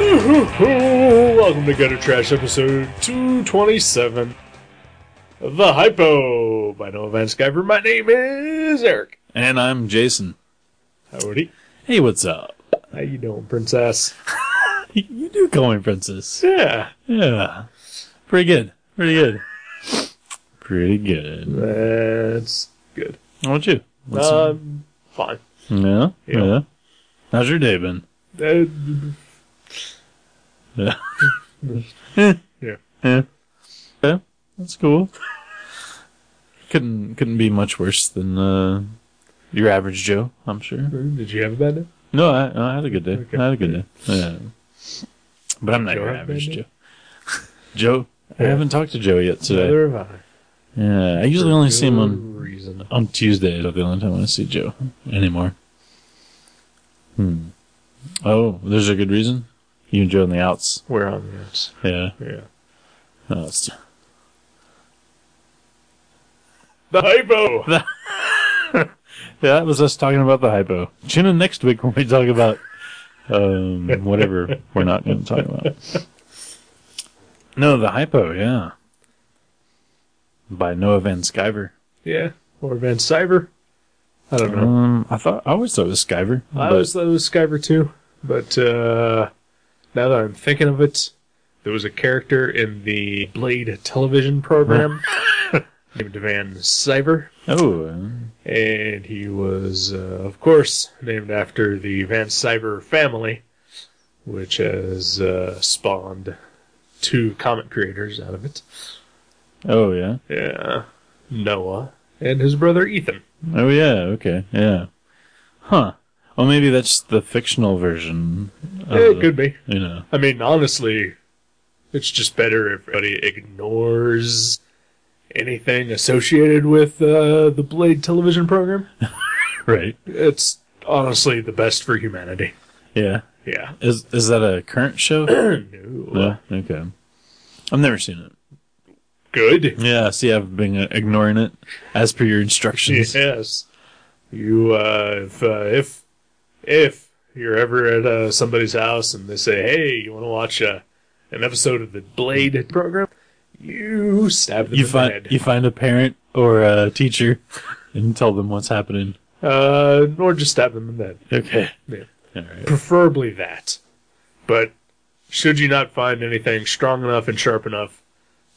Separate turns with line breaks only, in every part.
Welcome to Gutter Trash episode 227. The Hypo by No Event Skyver. My name is Eric.
And I'm Jason.
Howdy.
Hey, what's up?
How you doing, princess?
You do call me Princess.
Yeah.
Yeah. Pretty good. Pretty good. Pretty good.
That's good.
How about you? What's up?
um, fine.
yeah?
yeah.
yeah? How's your day been?
Uh,
Yeah.
yeah.
yeah. Yeah. That's cool. couldn't couldn't be much worse than uh, your average Joe, I'm sure.
Did you have a bad day?
No, I, I had a good day.
Okay.
I had a good day. Yeah. But I'm not
Joe
your
had a bad
average
day?
Joe. Joe. I
Yeah.
haven't talked to Joe yet today.
Neither have I.
Yeah, I usually
For
only
good
see him on
reason.
on Tuesdays. Are the only time I see Joe anymore. Hmm. Oh, there's a good reason. You and Joe on the outs. Oh,
We're on the outs.
Yeah.
Yeah.
No, it's-
The Hypo!
yeah, that was us talking about the hypo. Tune in next week when we talk about um, whatever we're not going to talk about. No, the hypo. Yeah. By Noah Van Skyver.
yeah. Or Van Cyber. I don't know.
Um, I thought I always thought it was Skyver.
I
but-
always thought it was Skyver too, but uh, now that I'm thinking of it, there was a character in the Blade television program named Van Cyber,
oh, uh,
and he was, uh, of course, named after the Van Cyber family, which has uh, spawned two comic creators out of it.
oh yeah.
Yeah, Noah and his brother Ethan.
Oh yeah, okay, yeah, huh? Well, maybe that's the fictional version. of
Yeah, it
the-
could be.
You know,
I mean, honestly, it's just better if everybody ignores anything associated with uh, the Blade television program.
right?
It's honestly the best for humanity.
Yeah.
Yeah.
Is is that a current show?
no.
yeah. Okay. I've never seen it.
Good.
Yeah. See, I've been uh, ignoring it as per your instructions.
Yes. You, uh, if, uh, if, if you're ever at uh, somebody's house and they say, hey, you want to watch uh, an episode of the Blade program, you stab them
You
in the
find
head.
you find a parent or a teacher and tell them what's happening.
uh, or just stab them in the head.
Okay.
Yeah.
All right.
preferably that. But should you not find anything strong enough and sharp enough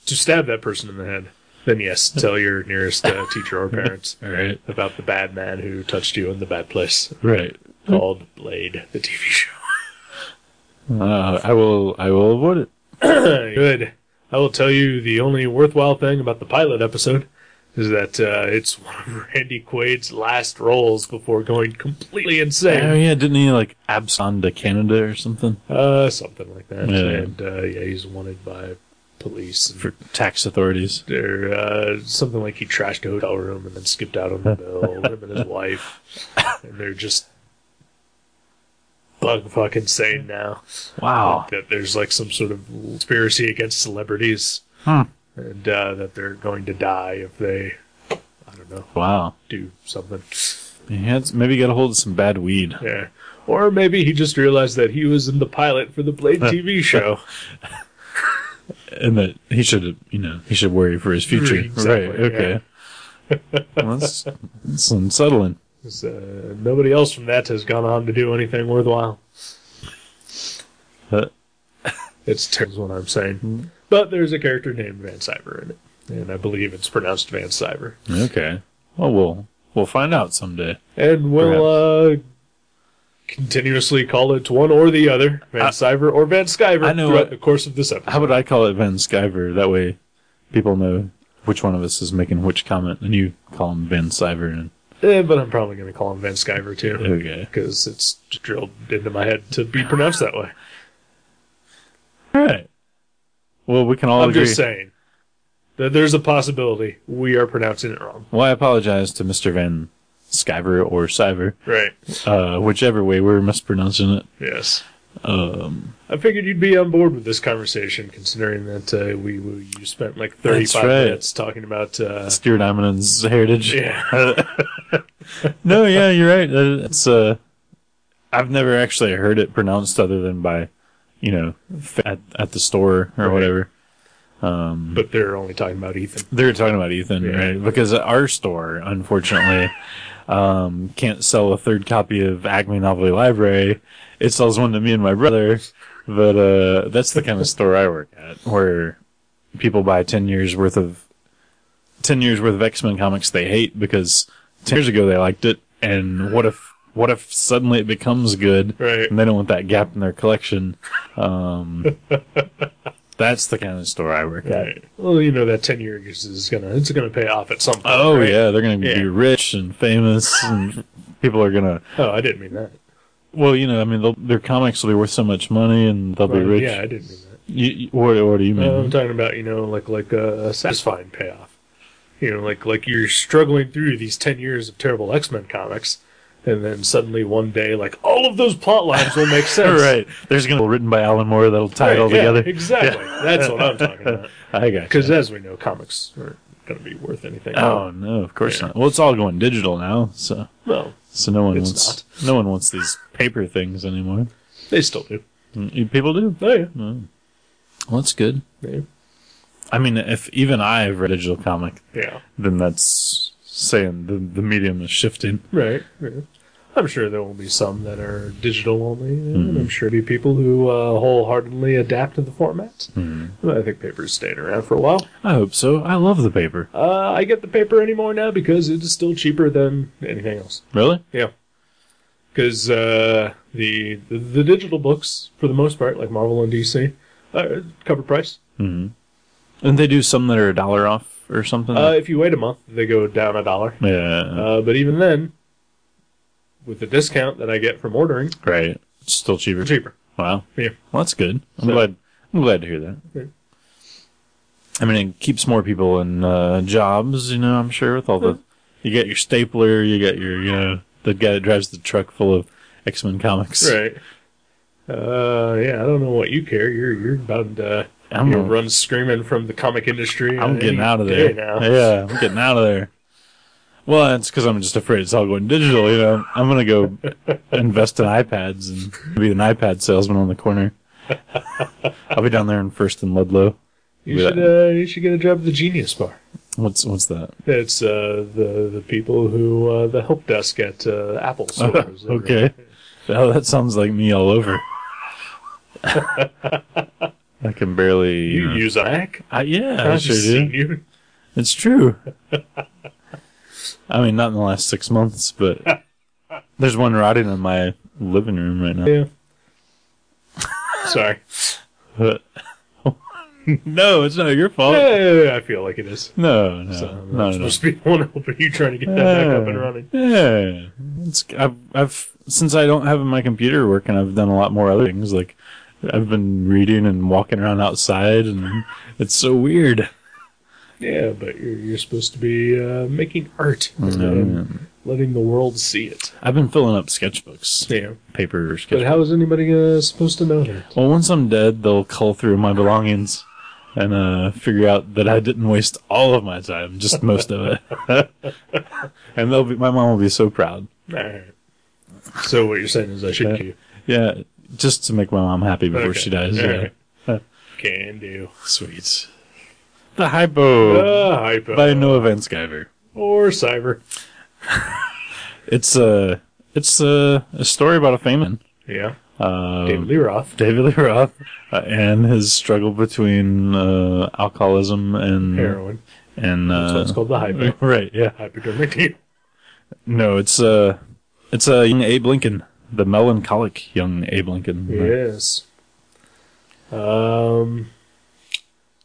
to stab that person in the head, then yes, tell your nearest uh, teacher or parents
All right.
about the bad man who touched you in the bad place
Right.
called Blade, the TV show.
Uh, I will. I will avoid it.
Good. I will tell you the only worthwhile thing about the pilot episode is that uh, it's one of Randy Quaid's last roles before going completely
Oh
insane.
yeah, didn't he like abscond to Canada or something
Uh, something like that.
Yeah.
And uh, yeah, he's wanted by police. and
for tax authorities?
or uh, something like he trashed a hotel room and then skipped out on the bill. him and his wife, and they're just bug fucking sane now.
Wow.
That there's like some sort of conspiracy against celebrities,
Hmm.
and uh, that they're going to die if they, I don't know,
Wow.
do something.
He had, maybe he got a hold of some bad weed.
Yeah. Or maybe he just realized that he was in the pilot for the Blade TV show.
And that he should, you know, he should worry for his future.
Mm, Exactly,
right. Okay. well, that's, that's unsettling.
'Cause, Uh, nobody else from that has gone on to do anything worthwhile.
Uh,
It's terrible, is what I'm saying.
Hmm.
But there's a character named Van Cyber in it, and I believe it's pronounced Van Cyber.
okay. Well, we'll we'll find out someday.
And we'll uh, continuously call it one or the other, Van
I-
Cyber or Van Skyver,
I know
throughout
what-
the course of this episode.
How would I call it Van Skyver? That way, people know which one of us is making which comment, and you call him Van Skyver. And
Eh, but I'm probably going to call him Van Skyver too,
okay.
because it's drilled into my head to be pronounced that way.
All right. Well, we can all
I'm
agree.
just saying that there's a possibility we are pronouncing it wrong.
Well, I apologize to Mr. Van Skyver or Cyver,
Right.
uh, whichever way we're mispronouncing it.
Yes.
Um,
I figured you'd be on board with this conversation, considering that uh, we, we you spent like 35
right.
minutes talking about. Uh,
Stuart Immonen's heritage.
yeah.
no, yeah, you're right. Uh, It's uh, I've never actually heard it pronounced other than by, you know, f- at at the store or
Right.
whatever. Um,
But they're only talking about Ethan.
they were talking about Ethan,
Yeah.
right? Because our store, unfortunately, um, can't sell a third copy of Acme Novelty Library. It sells one to me and my brother, but uh, that's the kind of store I work at, where people buy ten years worth of ten years worth of X Men comics they hate because ten years ago they liked it, and what if what if suddenly it becomes good,
Right.
and they don't want that gap in their collection. Um, that's the kind of store I work at.
Right. Well, you know that 10 years is gonna it's gonna pay off at some point.
Oh
right?
yeah, they're gonna
Yeah.
be rich and famous, and people are gonna.
Oh, I didn't mean that.
Well, you know, I mean, they'll- their comics will be worth so much money, and they'll be
Well,
rich. Mm-hmm.
Yeah, I didn't mean that.
You, you- what, what do you mean?
Uh, I'm talking about you know like like uh, a a satisfying payoff. You know, like like you're struggling through these ten years of terrible X Men comics, and then suddenly one day, like all of those plot lines will make sense.
right, there's gonna be written by Alan Moore that'll tie
Right,
it all
yeah,
together.
Exactly. That's what I'm talking about.
I got.
Because as we know, comics aren't going to be worth anything.
Oh no, of course
Yeah.
not. Well, it's all going digital now, so
well,
so no one
It's
wants no one wants these paper things anymore.
they still do.
Mm, People do. Mm.
Oh yeah.
Well, that's good.
yeah,
I mean, if even I've read a digital comic,
yeah,
then that's saying the the medium is shifting.
right. right. I'm sure there will be some that are digital only,
Mm-hmm.
and I'm sure there'll be people who uh, wholeheartedly adapt to the format.
Mm-hmm.
But I think paper's staying around for a while.
I hope so. I love the paper.
Uh, I get the paper anymore now because it is still cheaper than anything else.
Really?
Yeah. Because uh, the, the the digital books, for the most part, like Marvel and DC, are cover price.
Mm-hmm. And they do some that are a dollar off or something.
Uh, if you wait a month, they go down a dollar.
yeah,
Uh, but even then, with the discount that I get from ordering,
right. It's still cheaper.
they're cheaper.
Wow.
Yeah.
Well, that's good. I'm
So-
glad. I'm glad to hear that.
Yeah.
I mean, it keeps more people in uh, jobs. You know, I'm sure with all the, you got your stapler, you got your, you know, the guy that drives the truck full of X Men comics.
Right. Uh, yeah, I don't know what you care. You're you're about to
I'm
you know,
a-
run screaming from the comic industry.
I'm
uh,
getting
any
out of
day
there.
now.
Yeah, I'm getting out of there. Well, that's because I'm just afraid it's all going digital. You know, I'm gonna go invest in iPads and be an iPad salesman on the corner. I'll be down there in First and Ludlow.
You should uh, you should get a job at the Genius Bar.
What's what's that?
It's uh, the the people who uh, the help desk at uh, Apple stores.
okay. Oh, that sounds like me all over. I can barely.
You use a Mac?
I, yeah, I
I've
sure
seen
do.
you.
It's true. I mean, not in the last six months, but there's one rotting in my living room right now.
Yeah. Sorry.
no, it's not your fault. uh,
Yeah, I feel like it is.
No, no,
So, I'm
no, no.
supposed to be the one helping you trying to get that back up and running.
Yeah, it's, I've, I've since I don't have my computer working, I've done a lot more other things. Like I've been reading and walking around outside, and it's so weird.
Yeah, but you're, you're supposed to be uh, making art and
No,
letting the world see it.
I've been filling up sketchbooks,
Yeah.
paper sketchbooks.
But how is anybody uh, supposed to know that?
Well, once I'm dead, they'll cull through my belongings and uh, figure out that I didn't waste all of my time, just most of it. and they'll be, my mom will be so proud.
Alright. So what you're saying is I should keep.
Yeah, just to make my mom happy before
Okay.
she dies.
All
Yeah.
right. Can do.
Sweet. The hypo
Uh, hypo.
by Noah Van Sciver.
Or cyber.
It's a it's a, a story about a famine.
Yeah.
Uh,
David Lee Roth.
David Lee Roth uh, and his struggle between uh, alcoholism and
Heroin.
and mm, uh,
That's why it's called the hypo.
right. Yeah.
Hypodermic needle.
No, it's uh it's uh, young Abe Lincoln, the melancholic young Abe Lincoln.
Yes. Um.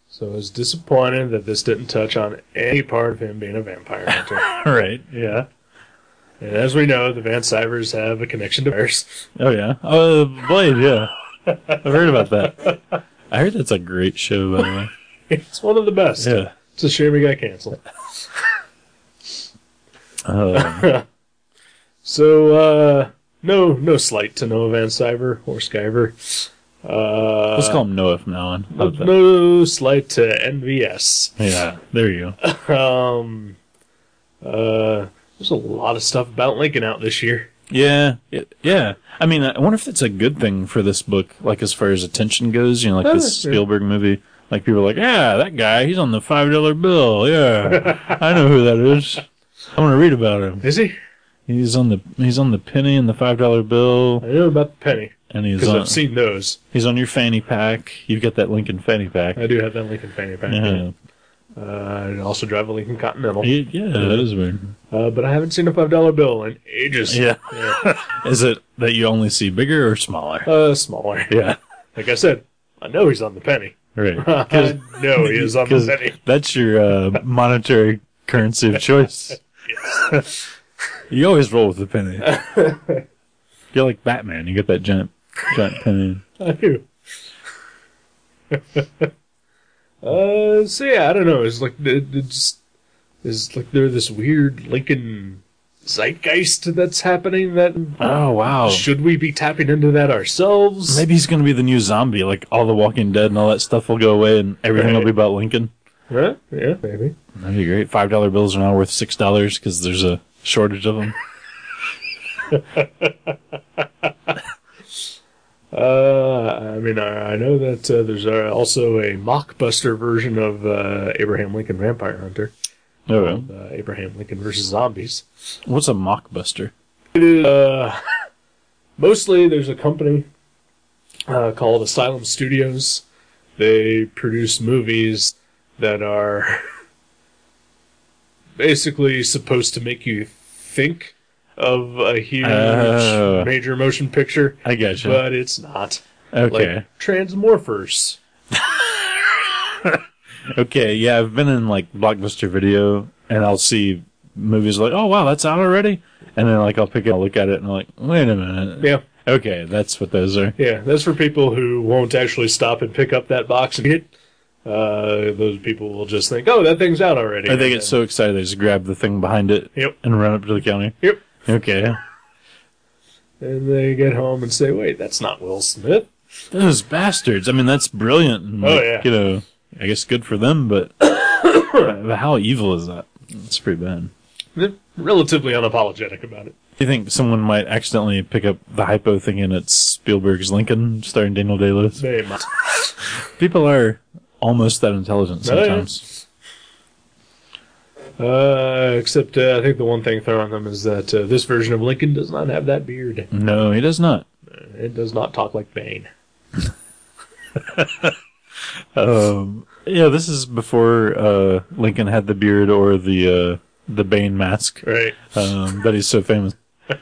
So I was disappointed that this didn't touch on any part of him being a vampire hunter.
right. Yeah.
and as we know, the Van Sivers have a connection to vampires.
Oh yeah. Oh, Blade. Yeah, I've heard about that. I heard that's a great show, by the way.
It's one of the best.
Yeah.
It's a shame it got canceled.
Uh,
So, uh, no, no slight to Noah Van Sciver or Skyver. Uh,
let's call him Noah from now on. How
no,
about that?
no slight to NVS.
Yeah, there you go.
Um, uh, there's a lot of stuff about Lincoln out this year.
Yeah, it- yeah. I mean, I wonder if that's a good thing for this book, like as far as attention goes. You know, like this
Uh, yeah.
Spielberg movie. Like people are like, yeah, that guy, he's on the five dollar bill. Yeah, I know who that is. I want to read about him.
Is he?
He's on the he's on the penny and the five dollar bill,
I know about the penny
and he's
because
on
I've seen those.
he's on your fanny pack. You've got that Lincoln fanny pack.
I do have that Lincoln fanny pack.
Yeah,
Uh, I also drive a Lincoln Continental,
yeah, that is weird.
uh, but I haven't seen a five dollar bill in ages.
Yeah, is it that you only see bigger or smaller?
uh, smaller.
Yeah,
Like I said, I know he's on the penny.
right.
I know he is on the
Because
penny.
that's your uh, monetary currency of choice. you always roll with the penny. You're like Batman. You get that giant, giant penny.
I do. uh, so yeah, I don't know. It's like it- it's it's like there this weird Lincoln zeitgeist that's happening. That
Oh wow!
should we be tapping into that ourselves?
Maybe he's gonna be the new zombie. Like all the Walking Dead and all that stuff will go away, and everything will
Right.
be about Lincoln.
Huh? Yeah, maybe.
That'd be great. Five dollar bills are now worth six dollars because there's a shortage of them.
Uh, I mean, I, I know that uh, there's uh, also a mockbuster version of uh, Abraham Lincoln Vampire Hunter,
Oh,
uh, Abraham Lincoln versus Zombies.
what's a mockbuster?
It is uh, mostly there's a company uh, called Asylum Studios. They produce movies that are basically supposed to make you think of a huge
Oh.
major motion picture,
I gotcha.
but it's not.
okay.
Like Transmorphers.
Okay, yeah, I've been in like Blockbuster Video, and I'll see movies like, "Oh wow, that's out already," and then like I'll pick it, I'll look at it, and I'm like, "Wait a minute."
Yeah,
Okay, that's what those are.
yeah. That's for people who won't actually stop and pick up that box and get. it. Uh, those people will just think, "Oh, that thing's out already."
I think it's so excited they just grab the thing behind it
Yep.
and run up to the counter.
Yep.
Okay,
And they get home and say, wait, that's not Will Smith.
those bastards. I mean, that's brilliant. And,
Oh,
like,
yeah.
You know, I guess good for them, but but how evil is that? That's pretty bad.
They're relatively unapologetic about it.
Do you think someone might accidentally pick up the hypo thinking it's Spielberg's Lincoln starring Daniel Day Lewis?
They might.
People are almost that intelligent
Oh, yeah.
sometimes.
Uh, except uh, I think the one thing thrown on them is that uh, this version of Lincoln does not have that beard.
No, he does not.
It does not talk like Bane.
Um, yeah, this is before uh, Lincoln had the beard or the uh, the Bane mask
Right.
um, that he's so famous.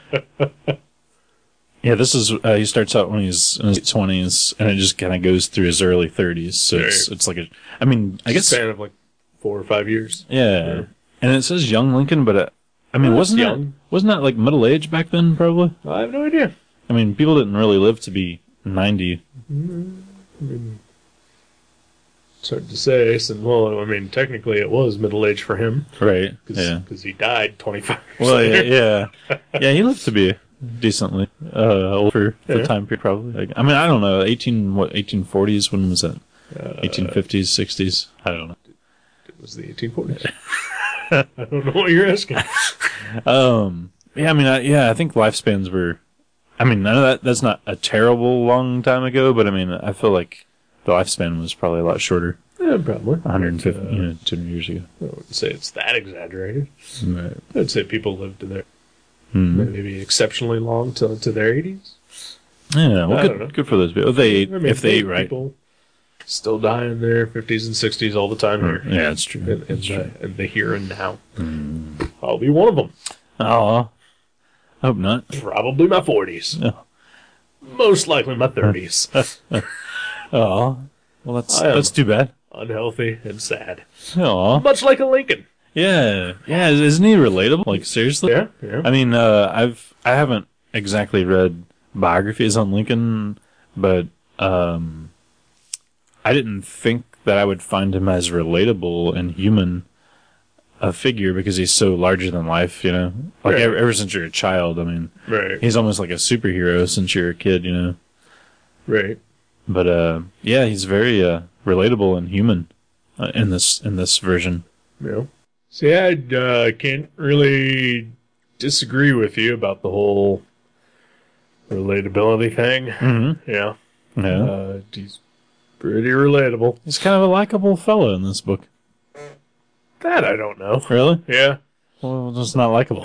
yeah, this is uh, he starts out when he's in his twenties, and it just kind of goes through his early thirties. So it's
Right.
it's like a, I mean, I
I
guess
guess. Span of like four or five years.
yeah. And it says young Lincoln, but uh, I mean,
Well,
wasn't
that's
that
young.
wasn't that like middle age back then? Probably.
I have no idea.
I mean, people didn't really live to be ninety.
It's hard to say. Since, well, I mean, technically it was middle age for him
Right.
because
yeah.
he died 25 years
Well,
later.
yeah, yeah, yeah. He lived to be decently uh, old for the
Yeah.
time period, probably. Like, I mean, I don't know. Eighteen what? Eighteen forties? When was that?
Uh,
Eighteen fifties, sixties? I don't know.
It was the 1840s. I don't know what you're asking.
Um, yeah, I mean, I, yeah, I think lifespans were. I mean, none of that. That's not a terrible long time ago, but I mean, I feel like the lifespan was probably a lot shorter.
yeah, probably.
One hundred and fifty, you know, two hundred years ago.
uh, I wouldn't say it's that exaggerated.
Right.
I'd say people lived to their
Hmm.
maybe exceptionally long to, to their 80s.
Yeah. Well,
I
good,
don't know.
good for those people. If They ate,
I mean,
if they ate right.
people still die in their 50s and 60s all the time here.
Mm, Yeah, it's true.
In, in,
It's true. Mm.
the, in the here and now. I'll be one of them.
Oh, I hope not.
Probably my 40s.
No.
Most likely my 30s.
Oh, well, that's
I am-
that's too bad.
Unhealthy and sad.
Oh,
Much like a Lincoln.
yeah, yeah. is- Isn't he relatable? Like seriously?
Yeah, yeah.
I mean, uh, I've I haven't exactly read biographies on Lincoln, but um, I didn't think that I would find him as relatable and human a figure because he's so larger than life, you know? Like,
Right.
ever, ever since you're a child, I mean,
Right.
he's almost like a superhero since you're a kid, you know?
Right.
But, uh, yeah, he's very, uh, relatable and human uh, in this, in this version.
Yeah. See, I uh, can't really disagree with you about the whole relatability thing.
Mm-hmm.
Yeah.
Yeah.
Uh, he's pretty relatable.
he's kind of a likable fellow in this book.
That I don't know.
Really?
Yeah.
Well, just not likable.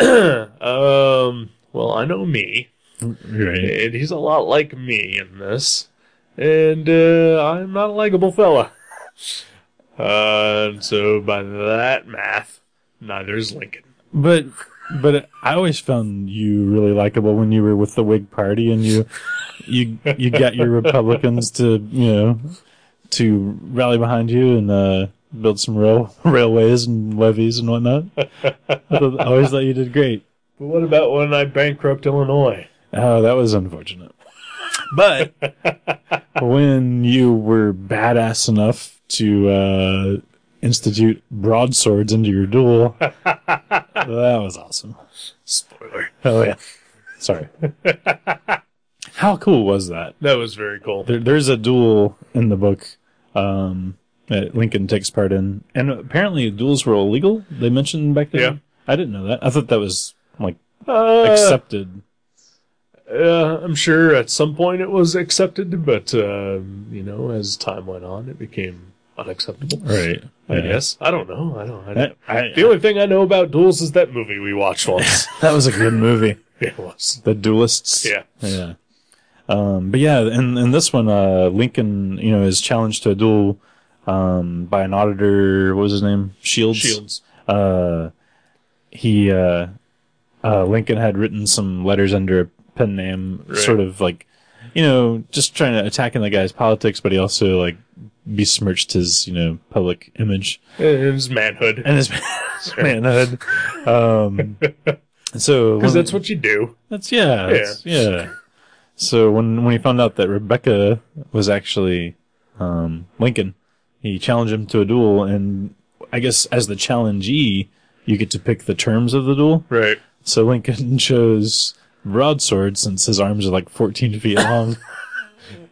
um. Well, I know me,
right.
and he's a lot like me in this, and uh, I'm not a likable fella. Uh, and so by that math, neither is Lincoln.
But but I always found you really likable when you were with the Whig Party and you you you got your Republicans to you know to rally behind you and uh, build some rail railways and levees and whatnot. I, thought, I always thought you did great.
But what about when I bankrupt Illinois?
Oh, that was unfortunate. But when you were badass enough to uh, institute broadswords into your duel, that was awesome.
Spoiler.
Oh yeah. Sorry. How cool was that?
That was very cool.
There, there's a duel in the book um, that Lincoln takes part in, and apparently duels were illegal. They mentioned back then.
Yeah.
I didn't know that. I thought that was like
Uh,
accepted.
uh, I'm sure at some point it was accepted, but um, you know, as time went on, it became unacceptable.
right.
I guess I don't know. I don't. I don't.
That, I-
The only thing I know about duels is that movie we watched once.
that was a good movie.
it was.
The Duelists.
Yeah.
Yeah. Um, but yeah, and in this one, uh, Lincoln, you know, is challenged to a duel um, by an auditor. What was his name? Shields.
Shields.
Uh, he uh, uh, Lincoln had written some letters under a pen name,
Right.
sort of like, you know, just trying to attack in the guy's politics, but he also like besmirched his, you know, public image
It was manhood.
and his manhood. Um, so
Because
one-
that's what you do.
that's yeah,
Yeah.
that's- yeah. So when when he found out that Rebecca was actually um, Lincoln, he challenged him to a duel, and I guess as the challengee, you get to pick the terms of the duel.
Right.
So Lincoln chose broadsword since his arms are like 14 feet long,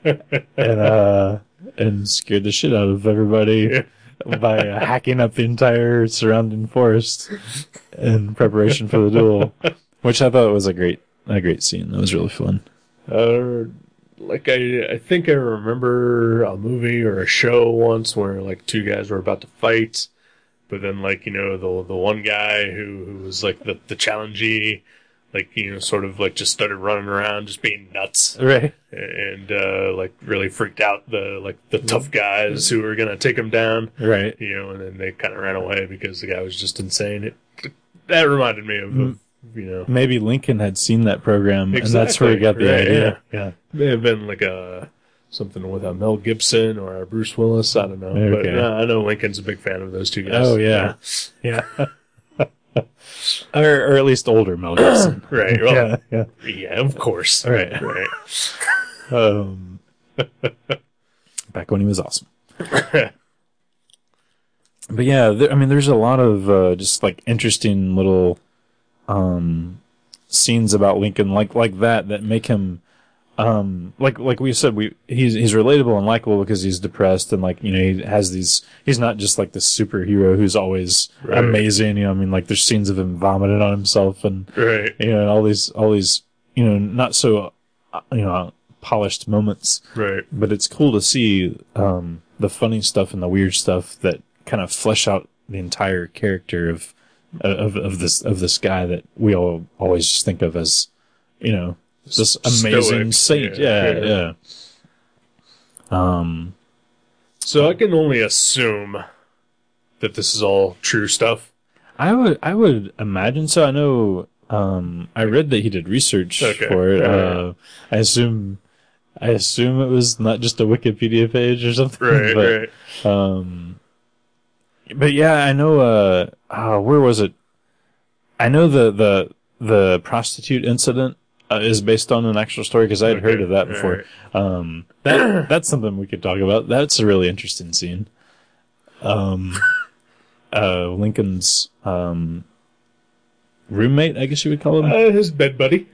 and uh, and scared the shit out of everybody by uh, hacking up the entire surrounding forest in preparation for the duel, which I thought was a great a great scene. That was really fun.
Uh, like I, I think I remember a movie or a show once where like two guys were about to fight, but then like you know the the one guy who, who was like the the challengee, like you know sort of like just started running around just being nuts
Right.
and uh, like really freaked out the like the tough guys who were gonna take him down,
Right.
you know, and then they kind of ran away because the guy was just insane. It that reminded me of, of you know
Maybe Lincoln had seen that program, and that's where he got the
Exactly, right,
idea. Yeah.
may have been like a something with a Mel Gibson or a Bruce Willis. I don't know,
Okay.
but uh, I know Lincoln's a big fan of those two guys.
Oh yeah. Yeah. or, or at least older Mel Gibson.
Yeah. right. Well, yeah.
yeah.
of course.
All right.
Right.
Um, back when he was awesome. but yeah, there, I mean, there's a lot of uh, just like interesting little um, scenes about Lincoln, like like that, that make him um, like like we said, we he's he's relatable and likable because he's depressed and like you know he has these. He's not just like this superhero who's always
Right.
amazing. You know, I mean, like there's scenes of him vomiting on himself and
Right.
you know, and all these, all these, you know, not so, uh, you know, polished moments.
Right.
But it's cool to see um, the funny stuff and the weird stuff that kind of flesh out the entire character of of of this of this guy that we all always just think of as, you know, this amazing
Stoic,
saint.
yeah,
Yeah, yeah. Um.
So I can only assume that this is all true stuff.
I would, I would imagine so. I know, um, I read that he did research
Okay.
for it.
Yeah,
Uh, I assume, I assume it was not just a Wikipedia page or something.
Right.
but,
right.
Um, but yeah, I know. Uh, uh, where was it? I know the the the prostitute incident. uh, is based on an actual story because I had heard
Okay,
of that before. Um, that that's something we could talk about. That's a really interesting scene. Um, uh, Lincoln's um, roommate, I guess you would call him.
Uh, his bed buddy.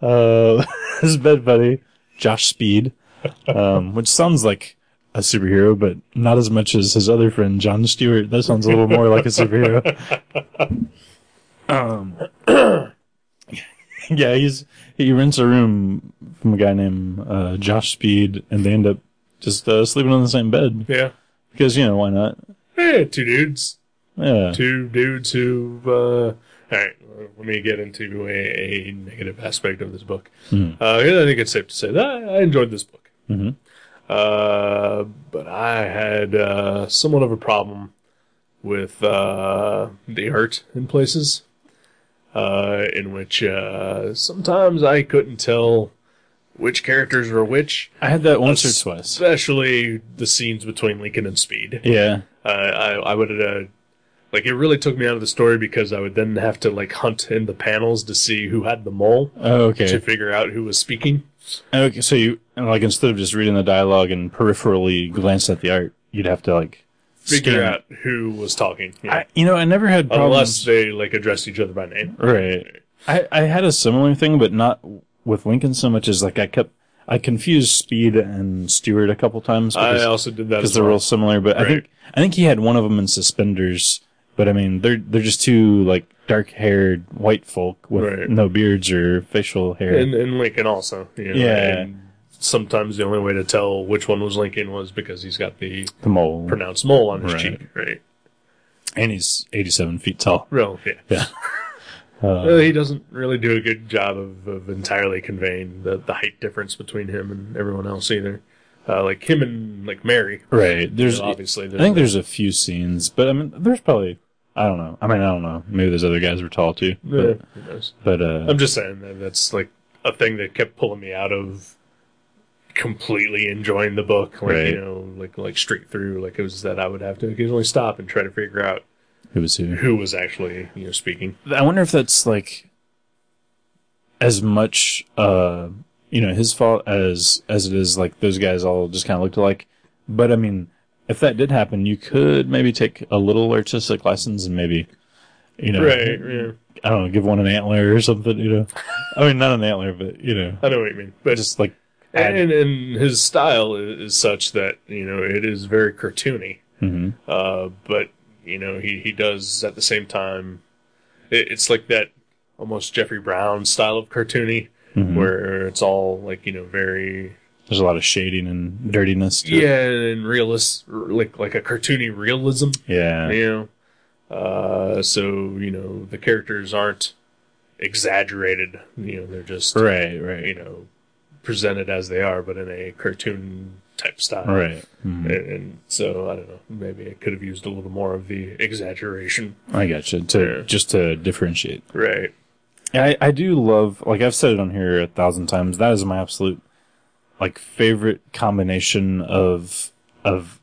uh, his bed buddy, Josh Speed, um, which sounds like a superhero, but not as much as his other friend, John Stewart. That sounds a little more like a superhero. Um, yeah, he's, he rents a room from a guy named, uh, Josh Speed and they end up just, uh, sleeping on the same bed
Yeah.
because, you know, why not?
Eh, two dudes.
Yeah.
Two dudes who. Uh, all right, let me get into a, a negative aspect of this book.
Mhm.
Uh, yeah, I think it's safe to say that I enjoyed this book.
Mhm.
Uh, but I had uh, somewhat of a problem with uh, the art in places, uh, in which uh, sometimes I couldn't tell which characters were which,
I had that once or twice.
especially the scenes between Lincoln and Speed.
Yeah.
Uh, I, I would uh, like it really took me out of the story because I would then have to like hunt in the panels to see who had the mole
Oh, okay.
to figure out who was speaking.
Okay, so you like instead of just reading the dialogue and peripherally glance at the art, you'd have to like
Figure
scan.
out who was talking. you know.
I, you know, I never had
Unless
problems.
they like addressed each other by name.
right. I I had a similar thing, but not with Lincoln so much as like I kept I confused Speed and Stewart a couple times
I
because,
also did that
because
as
they're
well.
real similar. But I
Right.
think I think he had one of them in suspenders. But I mean, they're they're just two like dark haired white folk with
Right.
no beards or facial hair.
and, and Lincoln also. You know,
Yeah.
And sometimes the only way to tell which one was Lincoln was because he's got the
the mole,
pronounced mole on his
Right.
cheek. Right.
and he's eighty seven feet tall.
Real. Yeah.
Yeah.
Uh, he doesn't really do a good job of, of entirely conveying the, the height difference between him and everyone else either. Uh, like him and like Mary,
Right. There's
obviously.
I think there's a few scenes, but I mean, there's probably I don't know. I mean, I don't know. Maybe those other guys were tall too.
Yeah, Um,
But,
who knows?
but uh,
I'm just saying that that's like a thing that kept pulling me out of completely enjoying the book. Like
Right.
you know, like like straight through. Like it was that I would have to occasionally stop and try to figure out
it was who?
who was actually you know speaking.
I wonder if that's like as much uh you know his fault as as it is like those guys all just kind of looked alike. But I mean, if that did happen, you could maybe take a little artistic license and maybe you know
Right. Yeah.
I don't know, give one an antler or something. You know, I mean, not an antler, but you know,
I know what you mean, Uh, but
just like add-
and and his style is, is such that you know it is very cartoony.
Mhm.
Uh, but you know he he does at the same time. It, it's like that almost Jeffrey Brown style of cartoony,
mm-hmm.
where it's all like you know very
there's a lot of shading and dirtiness. To it.
yeah and realist like like a cartoony realism.
Yeah.
You know, uh, so you know the characters aren't exaggerated. You know they're just
Right, right.
you know presented as they are, but in a cartoon type style.
Right. Mm,
And, and so I don't know. Maybe it could have used a little more of the exaggeration.
I gotcha. To
Yeah.
just to differentiate.
Right.
I, I do love like I've said it on here a thousand times, that is my absolute like favorite combination of of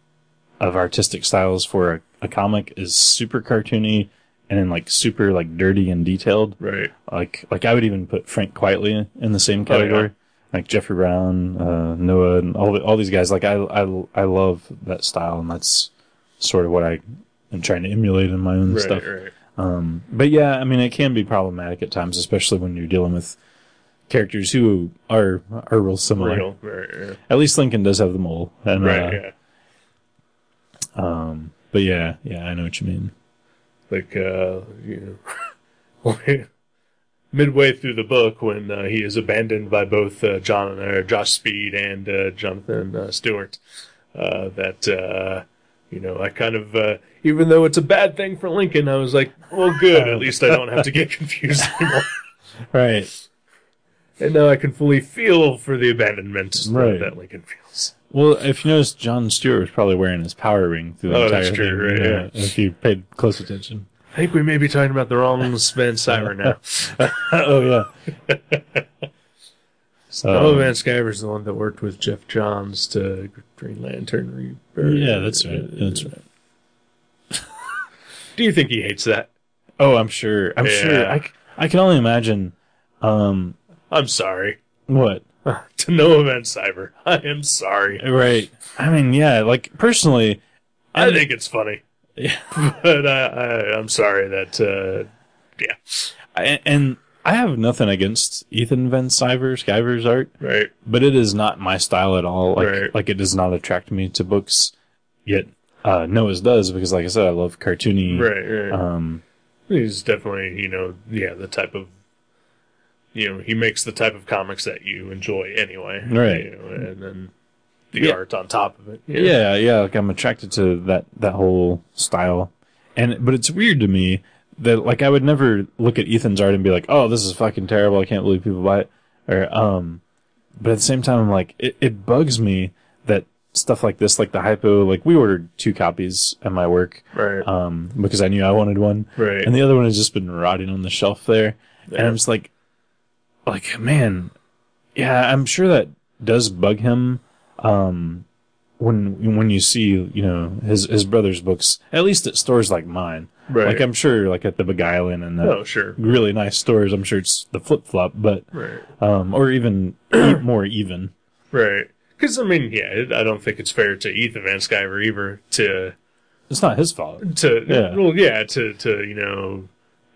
of artistic styles for a, a comic is super cartoony and then like super like dirty and detailed.
Right.
Like like I would even put Frank Quietly in the same
Oh,
category. Like Jeffrey Brown, uh, Noah, and all the, all these guys. Like I, I I love that style, and that's sort of what I am trying to emulate in my own
Right.
stuff.
Right.
Um, but yeah, I mean it can be problematic at times, especially when you're dealing with characters who are are real similar.
Real. Right. Yeah.
At least Lincoln does have the mole, and
Right.
uh,
yeah.
but yeah, yeah, I know what you mean.
Like uh, you know, midway through the book when uh, he is abandoned by both uh, John uh, Josh Speed and uh, Jonathan uh, Stewart. Uh, that uh, you know, I kind of uh, even though it's a bad thing for Lincoln, I was like, well, good. At least I don't have to get confused anymore.
Right.
And now I can fully feel for the abandonment
Right.
that Lincoln feels.
Well, if you notice, John Stewart was probably wearing his power ring through the
Oh,
entire
that's true,
thing.
right,
If you paid close attention.
I think we may be talking about the wrong Van Sciver
Um,
now.
oh yeah.
oh, Van Sciver's the one that worked with Jeff Johns to Green Lantern. Re-
Yeah, that's right. That's right.
Do you think he hates that?
Oh, I'm sure. I'm
Yeah.
sure. I, c- I can only imagine Um,
I'm sorry.
what?
to no event, Cyber. I am sorry.
Right. I mean, yeah. Like personally,
I think it's funny.
Yeah.
but I, I, I'm sorry that, uh, yeah.
I, and I have nothing against Ethan Van Sciver, Sciver's art,
Right.
but it is not my style at all. Like,
Right.
like it does not attract me to books. Yet uh, Noah's does because, like I said, I love cartoony.
Right, right.
Um,
He's definitely, you know, yeah, the type of, you know, he makes the type of comics that you enjoy anyway.
Right.
You know, and then the
Yeah.
art on top of it.
yeah, yeah. Like I'm attracted to that that whole style, and but it's weird to me that like I would never look at Ethan's art and be like, oh, this is fucking terrible. I can't believe people buy it. Or um, but at the same time, I'm like, it, it bugs me that stuff like this, like the hypo, like we ordered two copies at my work,
Right.
um, because I knew I wanted one,
right.
and the other one has just been rotting on the shelf there, and
Yeah.
I'm just like, like man, yeah, I'm sure that does bug him. Um, when when you see you know his his brother's books, at least at stores like mine,
Right.
like I'm sure like at the Beguiling and the
oh, sure.
really nice stores, I'm sure it's the flip flop, but
Right.
um, or even e- more even,
Right. Because, I mean, yeah, it, I don't think it's fair to Ethan Van Sciver either to,
it's not his fault,
to,
Yeah.
well, yeah, to, to, you know,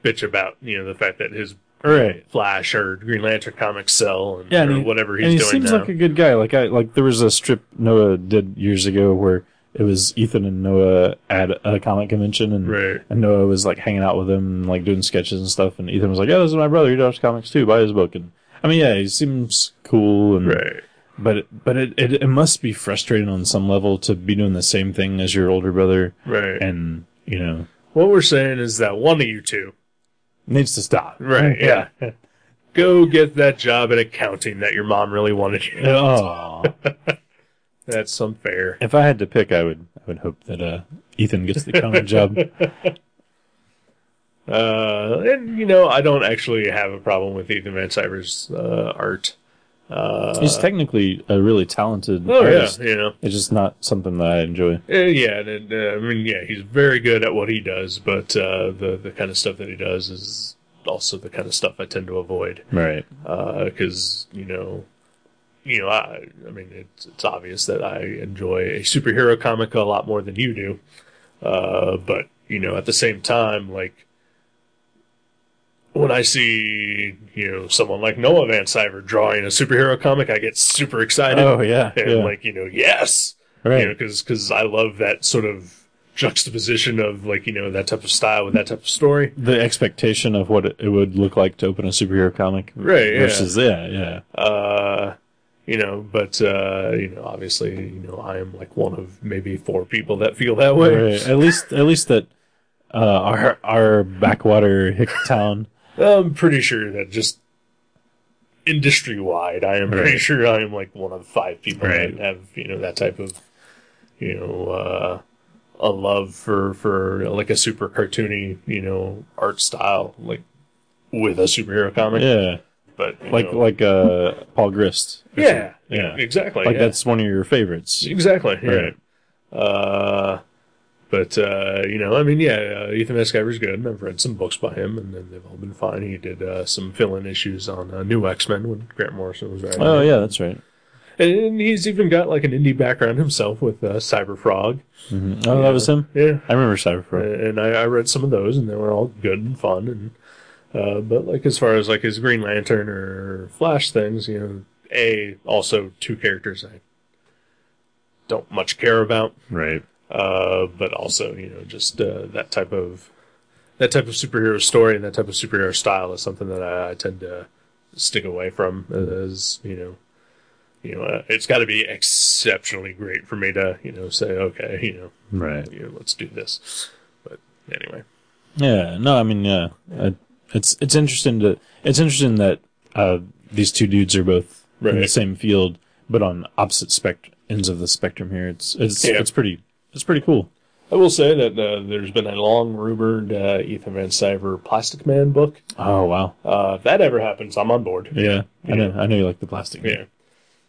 bitch about, you know, the fact that his
right?
Flash or Green Lantern comics sell and,
yeah, and
or
he-
whatever
and
he's
he
doing
seems
now.
like a good guy. Like I like there was a strip Noah did years ago where it was Ethan and Noah at a comic convention, and
Right.
and Noah was like hanging out with him and like doing sketches and stuff, and Ethan was like, "Oh, this is my brother. He does comics too. Buy his book." And I mean, yeah, he seems cool, and
right.
but but it, it it must be frustrating on some level to be doing the same thing as your older brother,
Right.
and you know
what we're saying is that one of you two
needs to stop.
Right. Yeah. Go get that job in accounting that your mom really wanted you.
Oh,
That's unfair.
if I had to pick, I would I would hope that uh, Ethan gets the comic job.
Uh, and you know, I don't actually have a problem with Ethan Van Cyber's uh, art. Uh,
He's technically a really talented
oh yeah,
artist.
you know,
It's just not something that I enjoy.
Uh, yeah, and, and uh, I mean, yeah, he's very good at what he does, but uh, the the kind of stuff that he does is also the kind of stuff I tend to avoid.
Right.
because Uh, you know, you know, I, I mean, it's it's obvious that I enjoy a superhero comic a lot more than you do, uh, but you know, at the same time, like when I see you know someone like Noah Van Siver drawing a superhero comic, I get super excited
Oh yeah.
and
yeah.
like you know, yes,
right.
you know, because I love that sort of juxtaposition of like you know that type of style with that type of story.
the expectation of what it, it would look like to open a superhero comic.
Right, yeah.
Versus yeah, yeah.
uh, you know, but uh, you know, obviously, you know, I am like one of maybe four people that feel that way.
Right. At least at least that uh, our our backwater hick town.
I'm pretty sure that just industry wide, I am pretty
Right.
sure I am like one of five people
Right.
that have you know that type of you know uh, a love for for like a super cartoony you know art style like with a superhero comic.
Yeah.
But you
Like
know,
like uh Paul Grist. or
yeah,
something. Yeah.
exactly
Like
yeah.
that's one of your favorites.
Exactly. Yeah.
Right.
Uh, but uh, you know, I mean, yeah, uh, Ethan S. Sciver's good. and I've read some books by him, and then they've all been fine. He did uh, some fill-in issues on uh, New X Men when Grant Morrison was writing.
Oh
it.
yeah, that's right.
and he's even got like an indie background himself with uh, Cyber Frog.
Mhm. Oh, that was him.
Yeah,
I remember Cyberpunk.
and I, I read some of those, and they were all good and fun. And uh, but like as far as like his Green Lantern or Flash things, you know, a also two characters I don't much care about.
Right.
uh, but also you know just uh, that type of that type of superhero story and that type of superhero style is something that I, I tend to stick away from as you know you know uh, it's got to be exceptionally great for me to you know say okay you know,
Right.
you know let's do this but anyway
Yeah, no, I mean, yeah, I, it's it's interesting to it's interesting that uh, these two dudes are both in the
Right.
same field, but on opposite spect ends of the spectrum here. It's it's
Yeah.
it's pretty it's pretty cool.
I will say that uh, there's been a long rumored uh, Ethan Van Siver Plastic Man book.
Oh wow,
Uh, if that ever happens, I'm on board.
yeah, I
Yeah.
know I know you like the plastic. Man.
Yeah.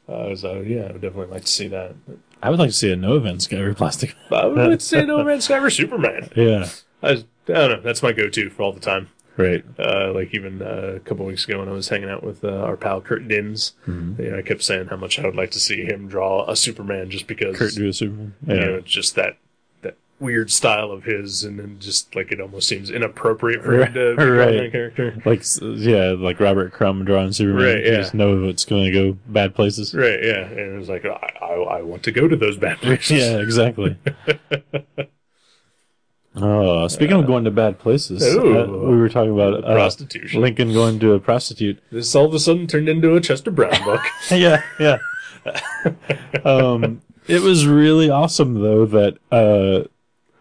Uh, so yeah, I would definitely like to see that.
I would like to see a no event Skyrim plastic. Man.
But I would say No Man's Skyver Superman.
Yeah,
I, I don't know. That's my go-to for all the time.
Right.
Uh, like even uh, a couple weeks ago when I was hanging out with uh, our pal Kurt Dins,
Mm-hmm.
you know, I kept saying how much I would like to see him draw a Superman just because
Kurt do a Superman. Yeah.
you know, it's just that that weird style of his, and then just like it almost seems inappropriate for him to
Right,
be
right.
that character.
Like s- yeah, like Robert Crumb drawing Superman.
Right,
You
yeah.
just know it's going to go bad places.
Right, yeah, and it was like I, I, I want to go to those bad places.
Yeah, exactly. Oh, speaking of going to bad places, uh,
Ooh.
we were talking about uh,
Prostitution.
Lincoln going to a prostitute.
This all of a sudden turned into a Chester Brown book.
yeah, yeah. um, it was really awesome though that, uh,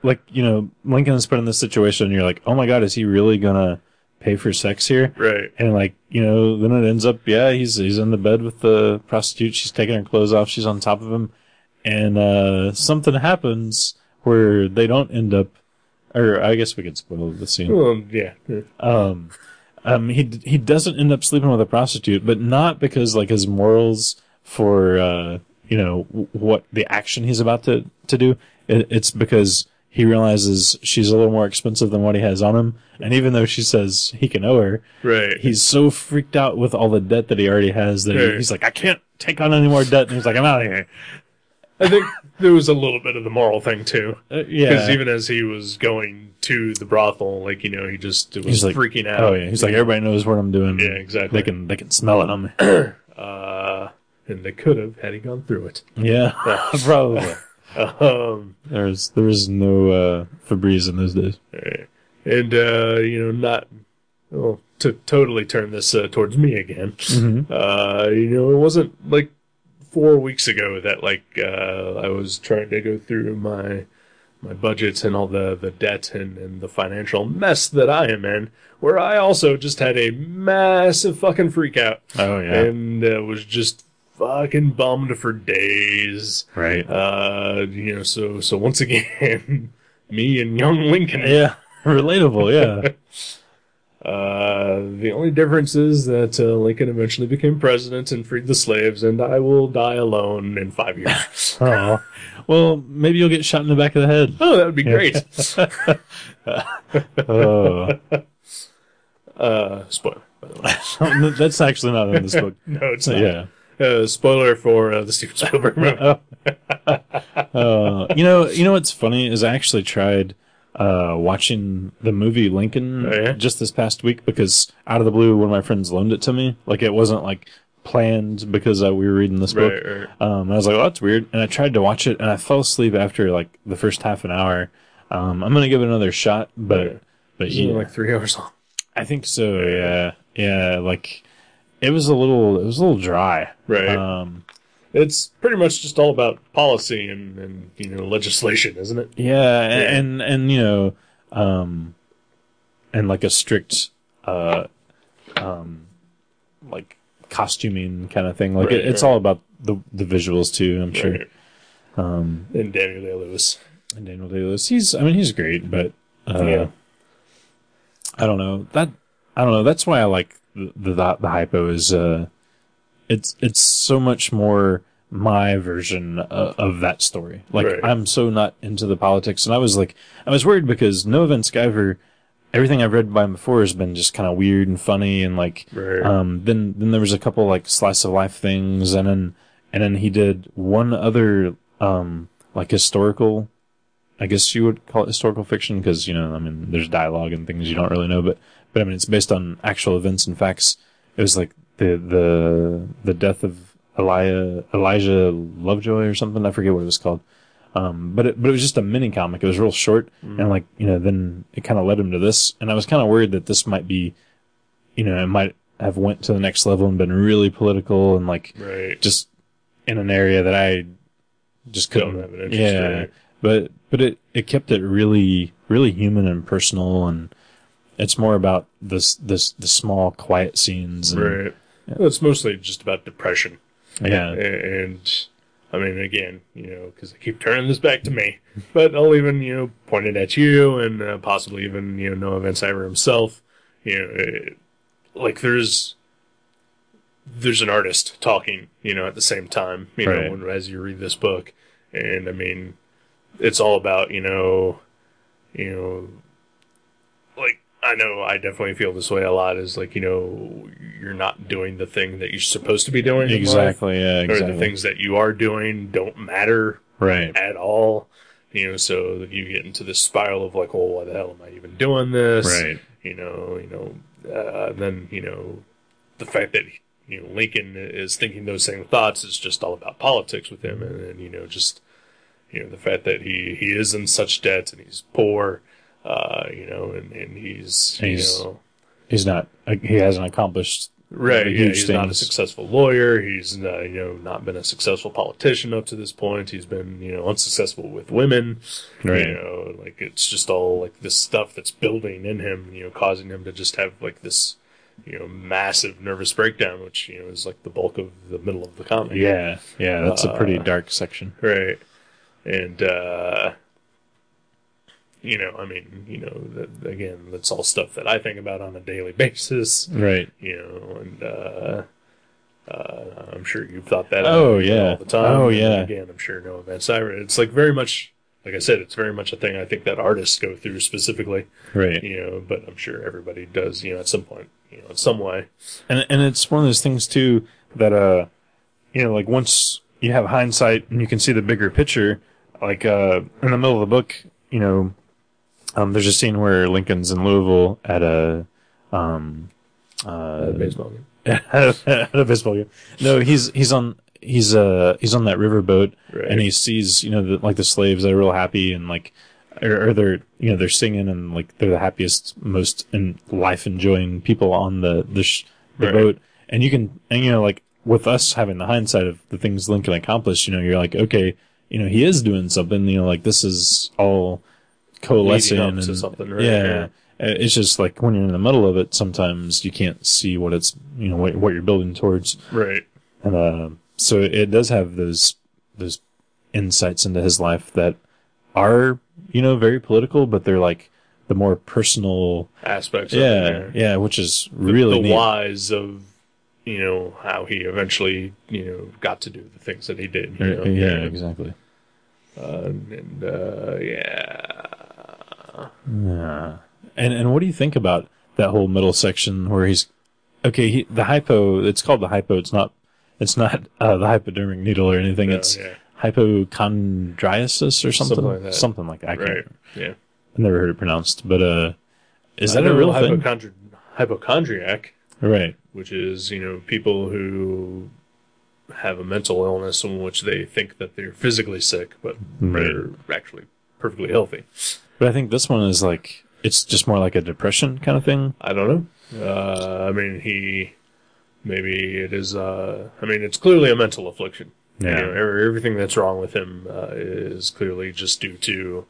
like you know, Lincoln is put in this situation. And you're like, oh my god, is he really gonna pay for sex here?
right.
And like you know, then it ends up, yeah, he's he's in the bed with the prostitute. She's taking her clothes off. She's on top of him, and uh, something happens where they don't end up. Or I guess we could spoil the scene.
Well, yeah. yeah.
Um, um, he he doesn't end up sleeping with a prostitute, but not because like his morals for uh, you know w- what the action he's about to to do. It, it's because he realizes she's a little more expensive than what he has on him, and even though she says he can owe her,
Right.
he's so freaked out with all the debt that he already has that
Right.
he's like, I can't take on any more debt, and he's like, I'm out of here.
I think there was a little bit of the moral thing too.
Uh, yeah,
Because even as he was going to the brothel, like you know, he just was
He's like,
freaking out.
oh yeah, he's like, everybody knows what I'm doing.
Yeah, exactly.
They can they can smell it on me.
Uh, and they could have had he gone through it.
yeah, probably.
Um,
There was there was no uh, Febreze in those days.
and uh, you know, not well to totally turn this uh, towards me again.
Mm-hmm.
Uh, you know, it wasn't like four weeks ago that like uh, I was trying to go through my my budgets and all the the debt and, and the financial mess that I am in, where I also just had a massive fucking freak out
Oh
and uh, was just fucking bummed for days.
right.
Uh, you know, so so once again, me and young Lincoln.
yeah, relatable. Yeah,
Uh, the only difference is that uh, Lincoln eventually became president and freed the slaves, and I will die alone in five years.
oh, well, maybe you'll get shot in the back of the head.
oh, that would be great.
Oh,
uh, spoiler, by the way.
that's actually not in this book.
No, it's not.
Yeah.
Uh, spoiler for uh, the Steven Spielberg movie.
Oh. Uh, you know, you know what's funny is I actually tried uh, watching the movie Lincoln
Oh, yeah?
just this past week because out of the blue, one of my friends loaned it to me. Like it wasn't like planned because uh, we were reading this book.
Right, right.
Um, and I was like, "Oh, that's weird." And I tried to watch it, and I fell asleep after like the first half an hour. Um, I'm gonna give it another shot, but
Okay.
but
It's only
yeah,
like three hours long.
I think so. Yeah, yeah. Like it was a little, it was a little dry.
Right.
Um,
It's pretty much just all about policy and, and you know legislation, isn't it?
yeah, a-
Yeah.
and and you know, um, and like a strict, uh, um, like costuming kind of thing. Like
Right,
it, it's
right.
all about the the visuals too. I'm sure. Um,
Right. and Daniel Day Lewis.
And Daniel Day Lewis, he's I mean he's great, but uh,
Yeah.
I don't know that I don't know. That's why I like the the, the hypo is uh, it's it's so much more my version of, of that story. Like
Right.
I'm so not into the politics, and I was like I was worried because Nova and Skyver, everything I've read by him before has been just kind of weird and funny, and like
Right.
um then then there was a couple like slice of life things, and then and then he did one other um like historical I guess you would call it historical fiction because you know, I mean, there's dialogue and things you don't really know, but but I mean, it's based on actual events and facts. It was like the the the death of Elijah Elijah Lovejoy or something. I forget what it was called. Um, but it, but it was just a mini comic. It was real short, and like you know, then it kind of led him to this. And I was kind of worried that this might be, you know, it might have went to the next level and been really political and like
Right.
just in an area that I just couldn't
Don't have an interest
Yeah,
in.
but but it it kept it really really human and personal, and it's more about this this the small quiet scenes. And,
Right. Well, it's mostly just about depression.
Yeah.
And, I mean, again, you know, because I keep turning this back to me, but I'll even, you know, point it at you and uh, possibly even, you know, Noah Van Cyber himself. You know, it, like there's. There's an artist talking, you know, at the same time, you
Right.
know, when, as you read this book, and I mean, it's all about you know, you know, like I know I definitely feel this way a lot. Is like you know you're not doing the thing that you're supposed to be doing. in life,
Exactly. Yeah.
Or the
Exactly.
things that you are doing don't matter
Right.
at all. You know, so you get into this spiral of like, well, why the hell am I even doing this?
Right.
You know, you know, uh, and then you know, the fact that you know Lincoln is thinking those same thoughts is just all about politics with him, and, and you know, just you know, the fact that he he is in such debt and he's poor, uh, you know, and and he's,
He's-
you know.
He's not. He hasn't accomplished.
Right,
the
yeah,
huge
he's not a
things.
successful lawyer. He's uh, you know not been a successful politician up to this point. He's been you know unsuccessful with women.
Right.
You know, like it's just all like this stuff that's building in him. You know, causing him to just have like this you know massive nervous breakdown, which you know is like the bulk of the middle of the comic.
Yeah. Yeah. That's a pretty
Uh,
dark section.
Right. And, uh, you know, I mean, you know, that, again, that's all stuff that I think about on a daily basis
Right.
you know, and uh, uh, I'm sure you've thought that.
Oh,
out
yeah.
all the time.
Oh,
And
yeah.
Again, I'm sure no events. I it's like very much, like I said, it's very much a thing I think that artists go through specifically,
Right.
you know. But I'm sure everybody does, you know, at some point, you know, in some way.
and and it's one of those things too that uh you know like once you have hindsight and you can see the bigger picture like uh in the middle of the book you know um there's a scene where lincoln's in louisville at a um uh
baseball game.
at a baseball game no he's he's on he's uh he's on that riverboat
Right.
and he sees you know the, like the slaves that are real happy and like or, or they're you know they're singing and like they're the happiest most in life enjoying people on the the, sh- the
Right.
boat and you can and you know like with us having the hindsight of the things lincoln accomplished you know you're like okay you know he is doing something you know like this is all coalescing
Leading up to
and-
something, right,
yeah,
yeah.
Uh, it's just like when you're in the middle of it sometimes you can't see what it's you know what, what you're building towards
Right.
and uh, so it does have those those insights into his life that are you know very political, but they're like the more personal.
Aspects. of it
Yeah,
there.
yeah, which is really
the
neat.
whys of you know how he eventually you know got to do the things that he did. You know?
yeah, exactly.
Uh, and uh, yeah.
Yeah. And and what do you think about that whole middle section where he's okay? He, the hypo. It's called the hypo. It's not. It's not uh, the hypodermic needle or anything.
No,
it's
Oh, yeah.
hypochondriasis or something.
Something like that.
Something like that. I can't,
Right. Yeah.
I've never heard it pronounced, but uh, is
I
that a
know
real thing?
hypochondri- hypochondriac,
Right.
which is you know people who have a mental illness in which they think that they're physically sick, but they're actually perfectly healthy.
But I think this one is like it's just more like a depression kind of thing.
I don't know. Uh, I mean, he maybe it is. Uh, I mean, it's clearly a mental affliction. You
Yeah.
know, ev- everything that's wrong with him uh, is clearly just due to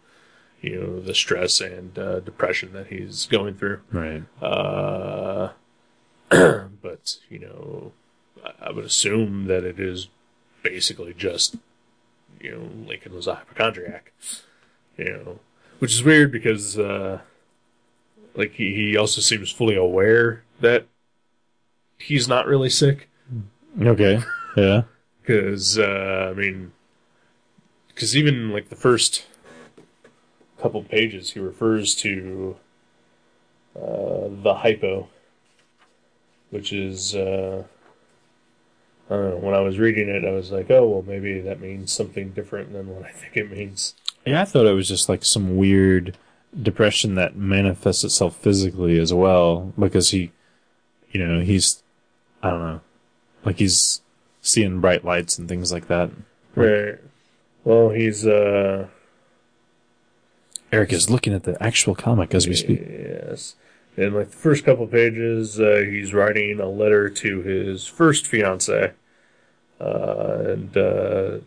you know the stress and uh, depression that he's going through.
Right.
Uh, but you know, I, I would assume that it is basically just you know Lincoln was a hypochondriac, you know, which is weird because uh, like he he also seems fully aware that he's not really sick
Okay. Yeah.
because uh, I mean, because even like the first couple pages, he refers to uh, the hypo, which is uh, I don't know. When I was reading it, I was like, oh well, maybe that means something different than what I think it means.
Yeah, I thought it was just like some weird depression that manifests itself physically as well because he you know, he's I don't know. Like he's seeing bright lights and things like that.
Right. Well, he's uh
Eric is looking at the actual comic as we speak.
yes. In like the first couple pages, uh, he's writing a letter to his first fiance, uh, and uh,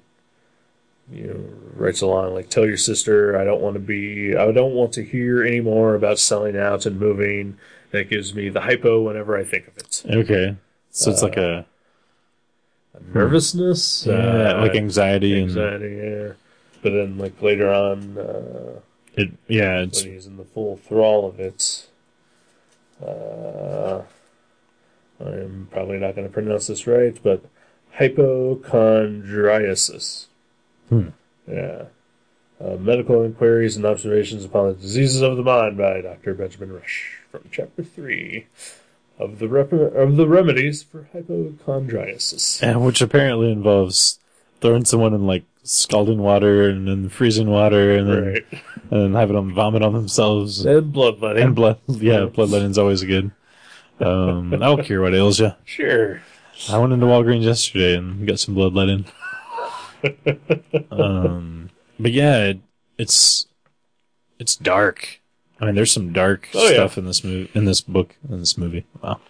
you know writes along like, "Tell your sister I don't want to be, I don't want to hear any more about selling out and moving. That gives me the hypo whenever I think of it.
Okay. So it's like a
Nervousness,
yeah,
Uh,
like anxiety, and
anxiety, yeah. But then like later on, uh,
it yeah, it's
when he's in the full thrall of it. Uh, I'm probably not going to pronounce this right, but hypochondriasis.
Hmm.
Yeah. uh, Medical Inquiries and Observations upon the Diseases of the Mind by Dr. Benjamin Rush from Chapter 3 of the, rep- of the Remedies for Hypochondriasis.
And which apparently involves throwing someone in like scalding water and then freezing water and then
Right.
and then having them vomit on themselves
And bloodletting.
and blood. Yeah, bloodletting's always good. Um, I don't care what ails you.
Sure.
I went into Walgreens yesterday and got some bloodletting. um, but yeah, it, it's it's dark. I mean, there's some dark
Oh, yeah.
stuff in this movie, in this book, in this movie. Wow.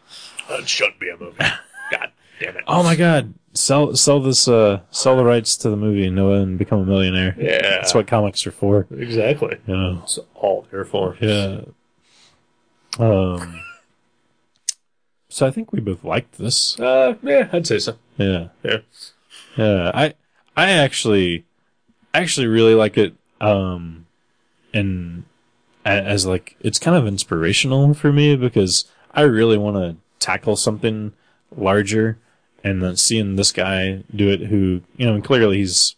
That should be a movie. God damn it.
Oh my God! Sell sell this uh sell the rights to the movie Noah and become a millionaire.
Yeah.
That's what comics are for.
Exactly.
You know.
It's all there for.
Yeah. Um. So I think we both liked this.
Uh, yeah, I'd say so.
Yeah.
Yeah.
Yeah. I I actually actually really like it. Um, and a- as like it's kind of inspirational for me because I really want to tackle something larger, and then seeing this guy do it, who you know, and clearly he's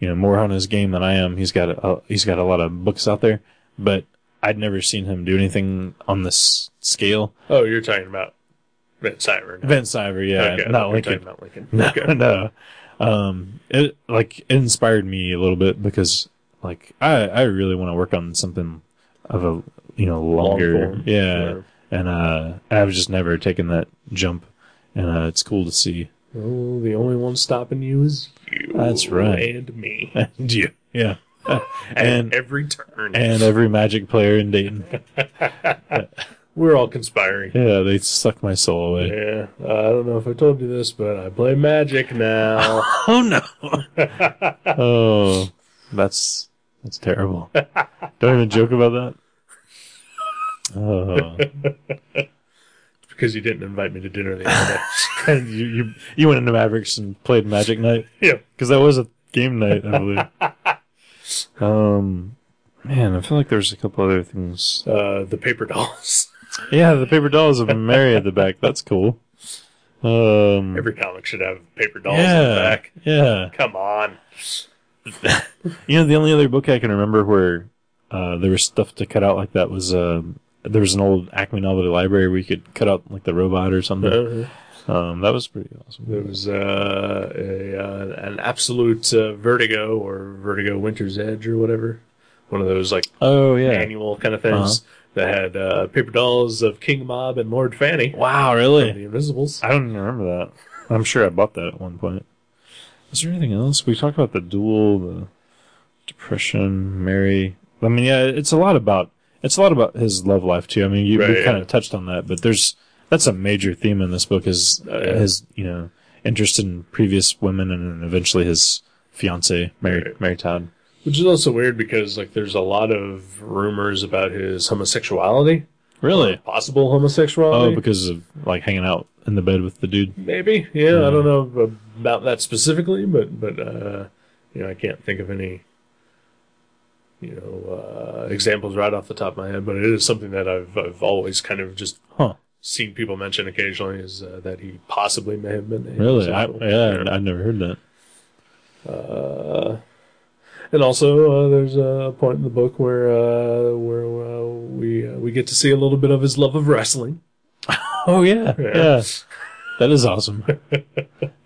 you know more on his game than I am. He's got a, he's got a lot of books out there, but I'd never seen him do anything on this scale.
Oh, you're talking about Van Siver. now.
Van Siver, yeah,
Okay, I thought
not
you were
like
talking about Lincoln.
no,
Okay.
no. Um, it like inspired me a little bit because like I I really want to work on something of a you know longer
form,
yeah
sure.
and uh I've just never taken that jump and uh it's cool to see
Oh, the only one stopping you is you.
That's right.
And me.
and you yeah
and
and
every turn.
and every magic player in Dayton
we're all conspiring.
yeah they suck my soul away
Yeah, uh, I don't know if I told you this, but I play Magic now.
oh no oh that's that's terrible don't even joke about that oh.
because you didn't invite me to dinner the other day.
And you, you you went into Mavericks and played Magic Night
yeah,
because that was a game night, I believe. um, man, I feel like there's a couple other things.
uh, the paper dolls.
Yeah, the paper dolls of Mary at the back. That's cool. Um,
Every comic should have paper dolls in the
yeah,
back.
yeah.
Come on.
You know, the only other book I can remember where uh, there was stuff to cut out like that was um, there was an old Acme Novelty Library where you could cut out like the robot or something.
Uh,
Um, that was pretty awesome.
there was uh, a, uh, an absolute uh, Vertigo or Vertigo Winter's Edge or whatever. One of those like
Oh yeah. Uh-huh.
annual kind of things that had uh, paper dolls of King Mob and Lord Fanny.
Wow, really?
The Invisibles.
I don't even remember that. I'm sure I bought that at one point. Is there anything else? We talked about the duel, the depression, Mary. I mean, yeah, it's a lot about it's a lot about his love life too. I mean, you
Right,
we kind
yeah.
of touched on that, but there's that's a major theme in this book is uh,
Oh, yeah.
his you know interest in previous women and then eventually his fiance Mary
Right.
Mary Todd.
Which is also weird because like there's a lot of rumors about his homosexuality,
Really?
possible
Oh,
homosexuality.
because of like hanging out in the bed with the dude.
maybe. Yeah, I don't know about that specifically, but but uh, you know I can't think of any you know uh, examples right off the top of my head. But it is something that I've I've always kind of just
Huh?
seen people mention occasionally is uh, that he possibly may have been
Really? I,
homosexual.
yeah, I'd never heard that.
Uh, and also, uh, there's a point in the book where uh, where uh, we uh, we get to see a little bit of his love of wrestling.
Oh yeah, yeah.
Yeah.
That is awesome.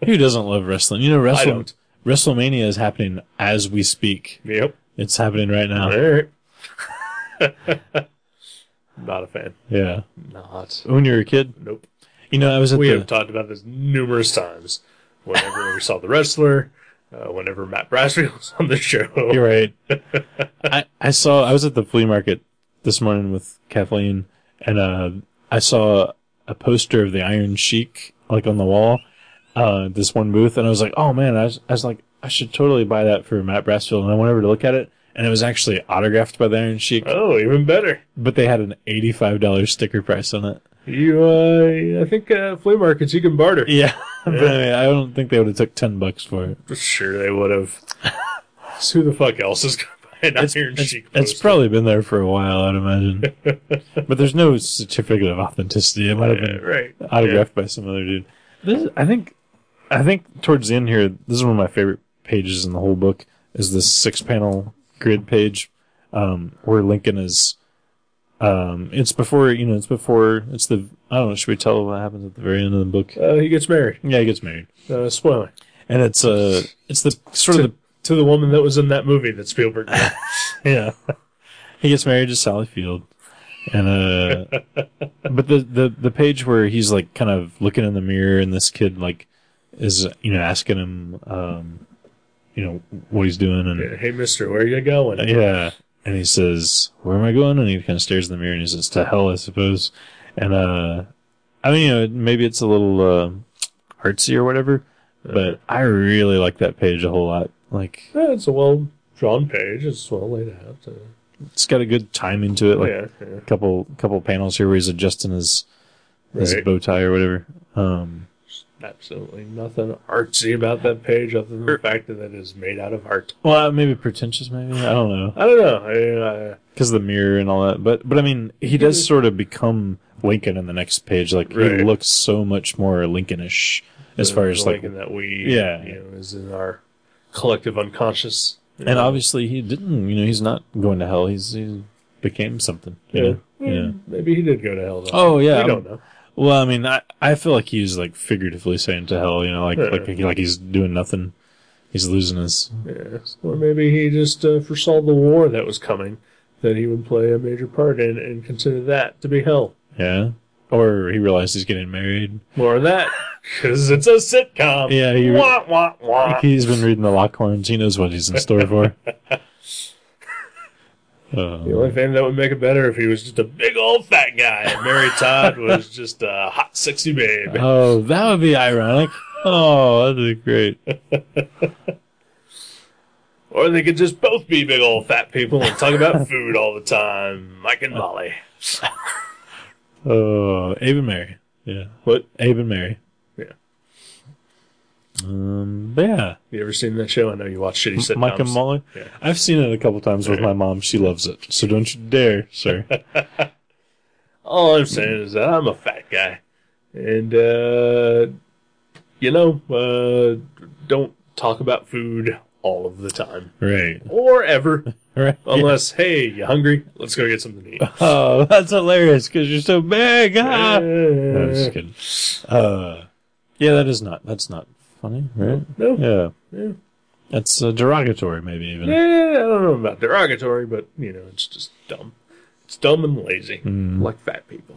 Who doesn't love wrestling? You know,
I
wrestling,
don't.
WrestleMania is happening as we speak.
Yep.
It's happening right now.
All right. Not a fan.
Yeah.
Not.
When you were a kid,
Nope.
you know, I was at
We
the
have talked about this numerous times. Whenever we saw the wrestler, uh, whenever Matt Brasfield was on the show.
You're right. I, I saw I was at the flea market this morning with Kathleen and uh I saw a poster of the Iron Sheik like on the wall, uh this one booth and I was like, "Oh man, I was, I was like I should totally buy that for Matt Brassfield." And I went over to look at it and it was actually autographed by the Iron Sheik,
Oh, even better.
but they had an $85 sticker price on it.
You, uh, I think uh, flea markets you can barter.
Yeah. but anyway, I don't think they would have took 10 bucks for it.
Sure, they would have. So who the fuck else is going to buy an Iron
It's,
Sheik?
it's
poster?
probably been there for a while, I'd imagine. but there's no certificate of authenticity. It might have
Yeah,
been
right.
autographed by some other dude. This, I think, I think towards the end here, this is one of my favorite pages in the whole book. Is this six panel grid page um, where Lincoln is. Um, it's before you know. It's before it's the. I don't know. Should we tell what happens at the very end of the book?
Uh, he gets married.
Yeah, he gets married,
Uh, spoiler
and it's uh, it's the sort of the
to the woman that was in that movie that Spielberg. made.
yeah. He gets married to Sally Field. And uh but the, the the page where he's like kind of looking in the mirror and this kid like is you know asking him um you know what he's doing and
hey, Mister, where are you going?
yeah. And he says, Where am I going? And he kind of stares in the mirror and he says, To hell, I suppose. And, uh, I mean, you know, maybe it's a little, uh, artsy or whatever, but I really like that page a whole lot. Like,
Yeah, Uh, it's a well drawn page. It's well laid out. Uh,
it's got a good timing to it. Like,
yeah, yeah.
couple couple panels here where he's adjusting his his
Right.
bow tie or whatever. Um,
Absolutely nothing artsy about that page other than the fact that it is made out of art.
well, maybe pretentious, maybe I don't know
I don't know. I, uh,
because the mirror and all that. But but I mean, he does sort of become Lincoln in the next page. Like
Right.
he looks so much more Lincolnish as far
the
as like,
Lincoln that we,
Yeah.
you know, is in our collective unconscious. you
and
know.
obviously he didn't. You know, he's not going to hell. He's he became something. You
yeah.
know? yeah.
maybe he did go to hell. Though.
Oh yeah,
we
I'm-
don't know.
Well, I mean, I, I feel like he's like figuratively saying to hell. You know, like
Yeah.
like like he's doing nothing. He's losing his
Yeah. Or maybe he just uh, foresaw the war that was coming, that he would play a major part in, and considered that to be hell.
yeah. Or he realized he's getting married.
More of that, because it's a sitcom.
Yeah, he-
wah wah wah.
He's been reading the Lockhorns. He knows what he's in store for. Uh,
The only thing that would make it better if he was just a big old fat guy and Mary Todd was just a hot sexy babe.
oh, that would be ironic. Oh, that'd be great.
Or they could just both be big old fat people and talk about food all the time. Mike and Molly.
Oh, Abe and Mary. Yeah. What? Abe and Mary.
Yeah.
Um, but yeah,
You ever seen that show? I know you watch shitty sitcoms.
Mike and Molly.
Yeah.
I've seen it a couple times with my mom. She loves it. So don't you dare, sir.
All I'm saying is that I'm a fat guy, and uh, you know, uh, don't talk about food all of the time
right.
or ever,
Right.
unless hey, you hungry? Let's go get something to eat.
Oh, that's hilarious because you're so big. Ah. No, I'm just
Uh,
kidding. Uh, yeah, that is not. That's not funny, right?
No.
Yeah.
Yeah.
That's uh, derogatory, maybe even.
yeah, I don't know about derogatory, but you know, it's just dumb. It's dumb and lazy,
Mm.
like fat people.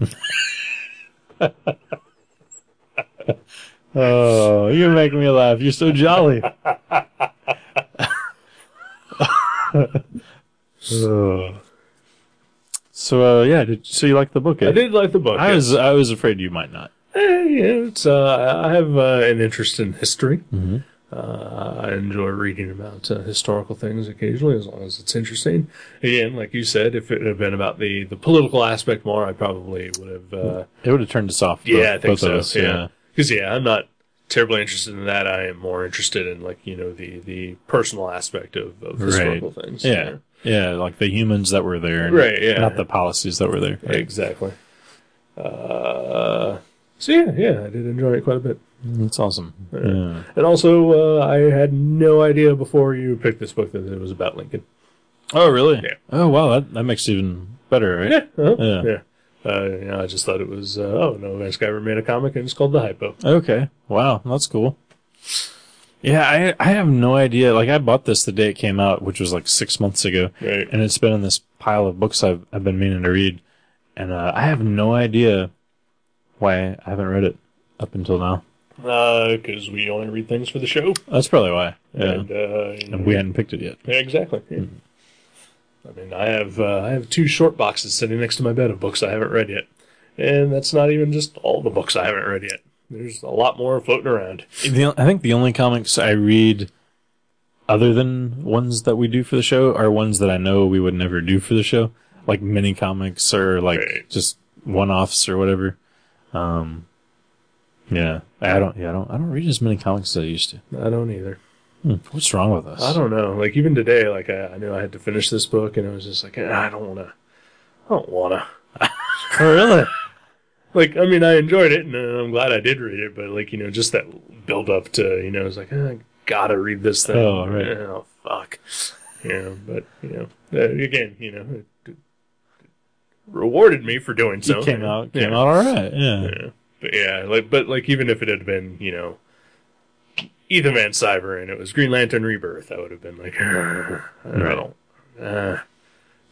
Oh, you make me laugh. You're so jolly. Uh, Oh. So uh, yeah, did, so you like the book? eh?
I did like the book.
I
yeah.
was I was afraid you might not.
Eh, yeah, it's uh, I have uh, an interest in history.
Mm-hmm.
Uh, I enjoy reading about uh, historical things occasionally, as long as it's interesting. Again, like you said, if it had been about the, the political aspect more, I probably would have. Uh,
It would have turned us off.
yeah, I think
both, both
so.
of us.
yeah, because yeah. I'm not terribly interested in that. I am more interested in like you know the the personal aspect of, of historical things.
yeah, yeah, like the humans that were there, and
Right, yeah.
not the policies that were there.
Yeah, exactly. Uh, so yeah, yeah, I did enjoy it quite a bit.
That's awesome. Yeah.
And also, uh, I had no idea before you picked this book that it was about Lincoln.
Oh, really?
Yeah.
Oh, wow. That, that makes it even better, right?
Uh-huh.
Yeah.
yeah. Uh, you know, I just thought it was, uh, oh, no, this guy made a comic and it's called The Hypo.
Okay. Wow. That's cool. Yeah, I I have no idea. Like, I bought this the day it came out, which was like six months ago,
Right.
and it's been in this pile of books I've I've been meaning to read, and uh, I have no idea why I haven't read it up until now.
Because Uh, we only read things for the show.
That's probably why. Yeah.
And, uh, you know,
And we Mm-hmm. hadn't picked it yet.
yeah, exactly. yeah. I mean, I have uh, I have two short boxes sitting next to my bed of books I haven't read yet, and that's not even just all the books I haven't read yet. There's a lot more floating around.
The, I think the only comics I read, other than ones that we do for the show, are ones that I know we would never do for the show, like mini comics or like
Right.
just one offs or whatever. Um, yeah, I don't. Yeah, I don't. I don't read as many comics as I used to.
I don't either.
Hmm, what's wrong with us?
I don't know. Like even today, like I, I knew I had to finish this book, and I was just like, "Ah, I don't want to. I don't want to.
really.
Like, I mean, I enjoyed it, and uh, I'm glad I did read it. But like, you know, just that build up to, you know, it's like, "Ah, I gotta read this thing.
Oh, right.
Oh, fuck. Yeah, but you know, uh, again, you know, it, it rewarded me for doing so.
it came out came
yeah.
out all right. Yeah.
Yeah. But yeah, like, but like, even if it had been, you know, Ethan Van Cyber and it was Green Lantern Rebirth, I would have been like, "Ugh, I don't. Uh,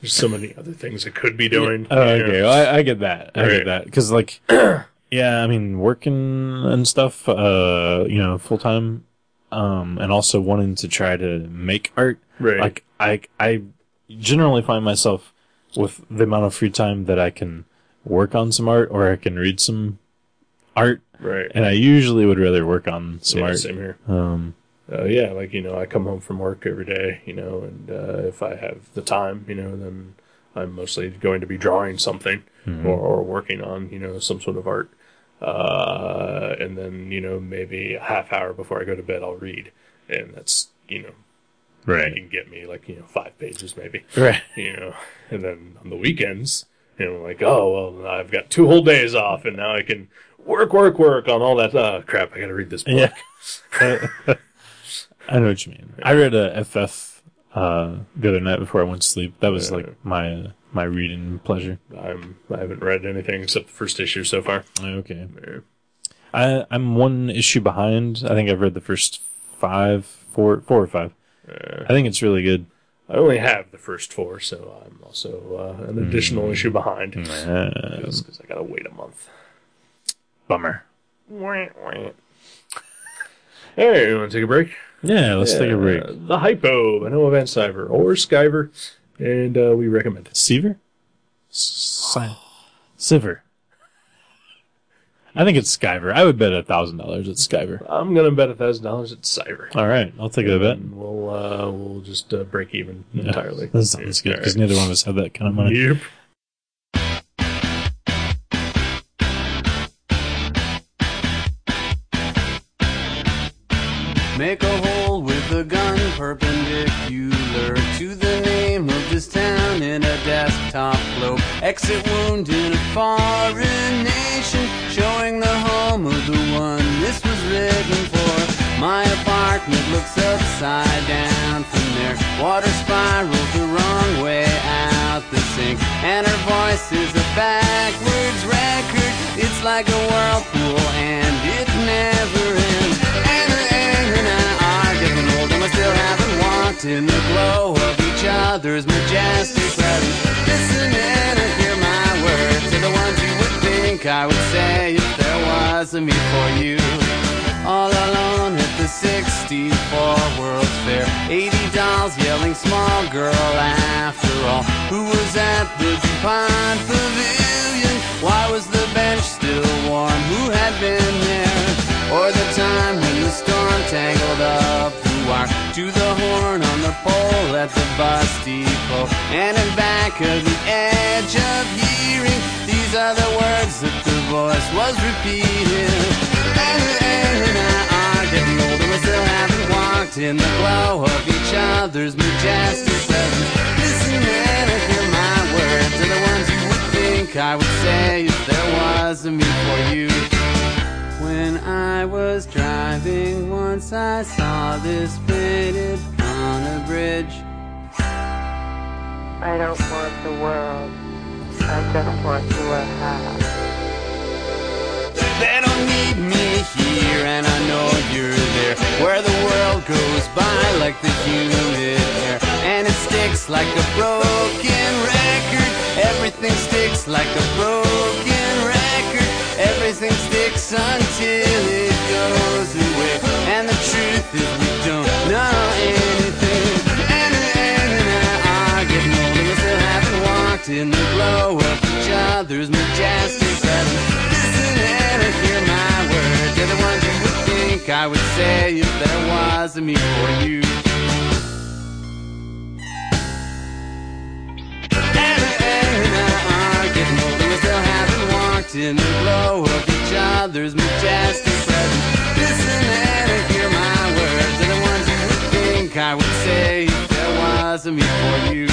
there's so many other things I could be doing.
Oh,
you know.
okay, well, I, I get that. I
Right.
get that because like, yeah, I mean, working and stuff, uh, you know, full time, um, and also wanting to try to make art.
Right.
Like, I I generally find myself with the amount of free time that I can work on some art or I can read some art,
right.
and I usually would rather work on some
Yeah,
art.
same here.
Um,
Uh, yeah, like you know, I come home from work every day, you know, and uh, if I have the time, you know, then I'm mostly going to be drawing something
Mm-hmm.
or, or working on you know some sort of art. Uh, and then you know maybe a half hour before I go to bed, I'll read, and that's you know you
right,
can get me like you know five pages maybe,
right.
you know, and then on the weekends. You know, like, oh well, I've got two whole days off, and now I can work, work, work on all that. Oh crap, I got to read this book.
Yeah. I know what you mean. I read a FF uh, the other night before I went to sleep. That was
Yeah.
like my uh, my reading pleasure.
I'm I haven't read anything except the first issue so far.
Oh, Okay. I I'm one issue behind. I think I've read the first five, four, four or five. I think it's really good.
I only have the first four, so I'm also uh, an additional
Mm.
issue behind
Uh,
because I gotta wait a month.
bummer.
Hey, you want to take a break?
Yeah, let's take a break.
Uh, the Hypo by Noah Van Siver or Skyver, and uh, we recommend it.
Seaver, Si- Siver. I think it's Skyver. I would bet a thousand dollars it's Skyver.
I'm gonna bet a thousand dollars it's Siver.
All right, I'll take that bet.
And we'll uh, we'll just uh, break even entirely.
That sounds good because neither one of us have that kind of money.
Yep.
Make a hole with a gun perpendicular to the name of this town in a desktop globe. Exit wound in a foreign nation, showing the home of the one this was written for. My apartment looks upside down from there. Water spirals the wrong way out the sink, and her voice is a backwards record. It's like a whirlpool, and it never ends. And the and I are getting old and we still haven't walked in the glow of each other's majestic presence. Listen in and hear my words to the ones you would think I would say if there was a me for you. All alone at the 64 World's Fair. 80 dolls yelling small girl after all. Who was at the DuPont Pavilion? Why was the bench still warm? Who had been there? Or the time when the storm tangled up the wire To the horn on the pole at the bus depot And in back of the edge of hearing These are the words that the voice was repeating And, and, and I are getting older We still haven't walked in the glow of each other's majestic presence Listen and hear my words Are the ones you would think I would say If there was a me for you when I was driving once, I saw this painted on a bridge.
I don't want the world. I just want you alive.
They don't need me here, and I know you're there. Where the world goes by like the humid air, and it sticks like a broken record. Everything sticks like a broken record. Everything sticks until it goes away. And the truth is, we don't know anything. And, and, and I are getting older, we still haven't walked in the glow of each other's majestic presence. Listen and hear my words, they're the ones you would think I would say if there was a me for you. And, and I are getting older, we still haven't walked in the glow of each other's majestic presence. Listen and hear my words, they're the ones you would think I would say if there was a me for you.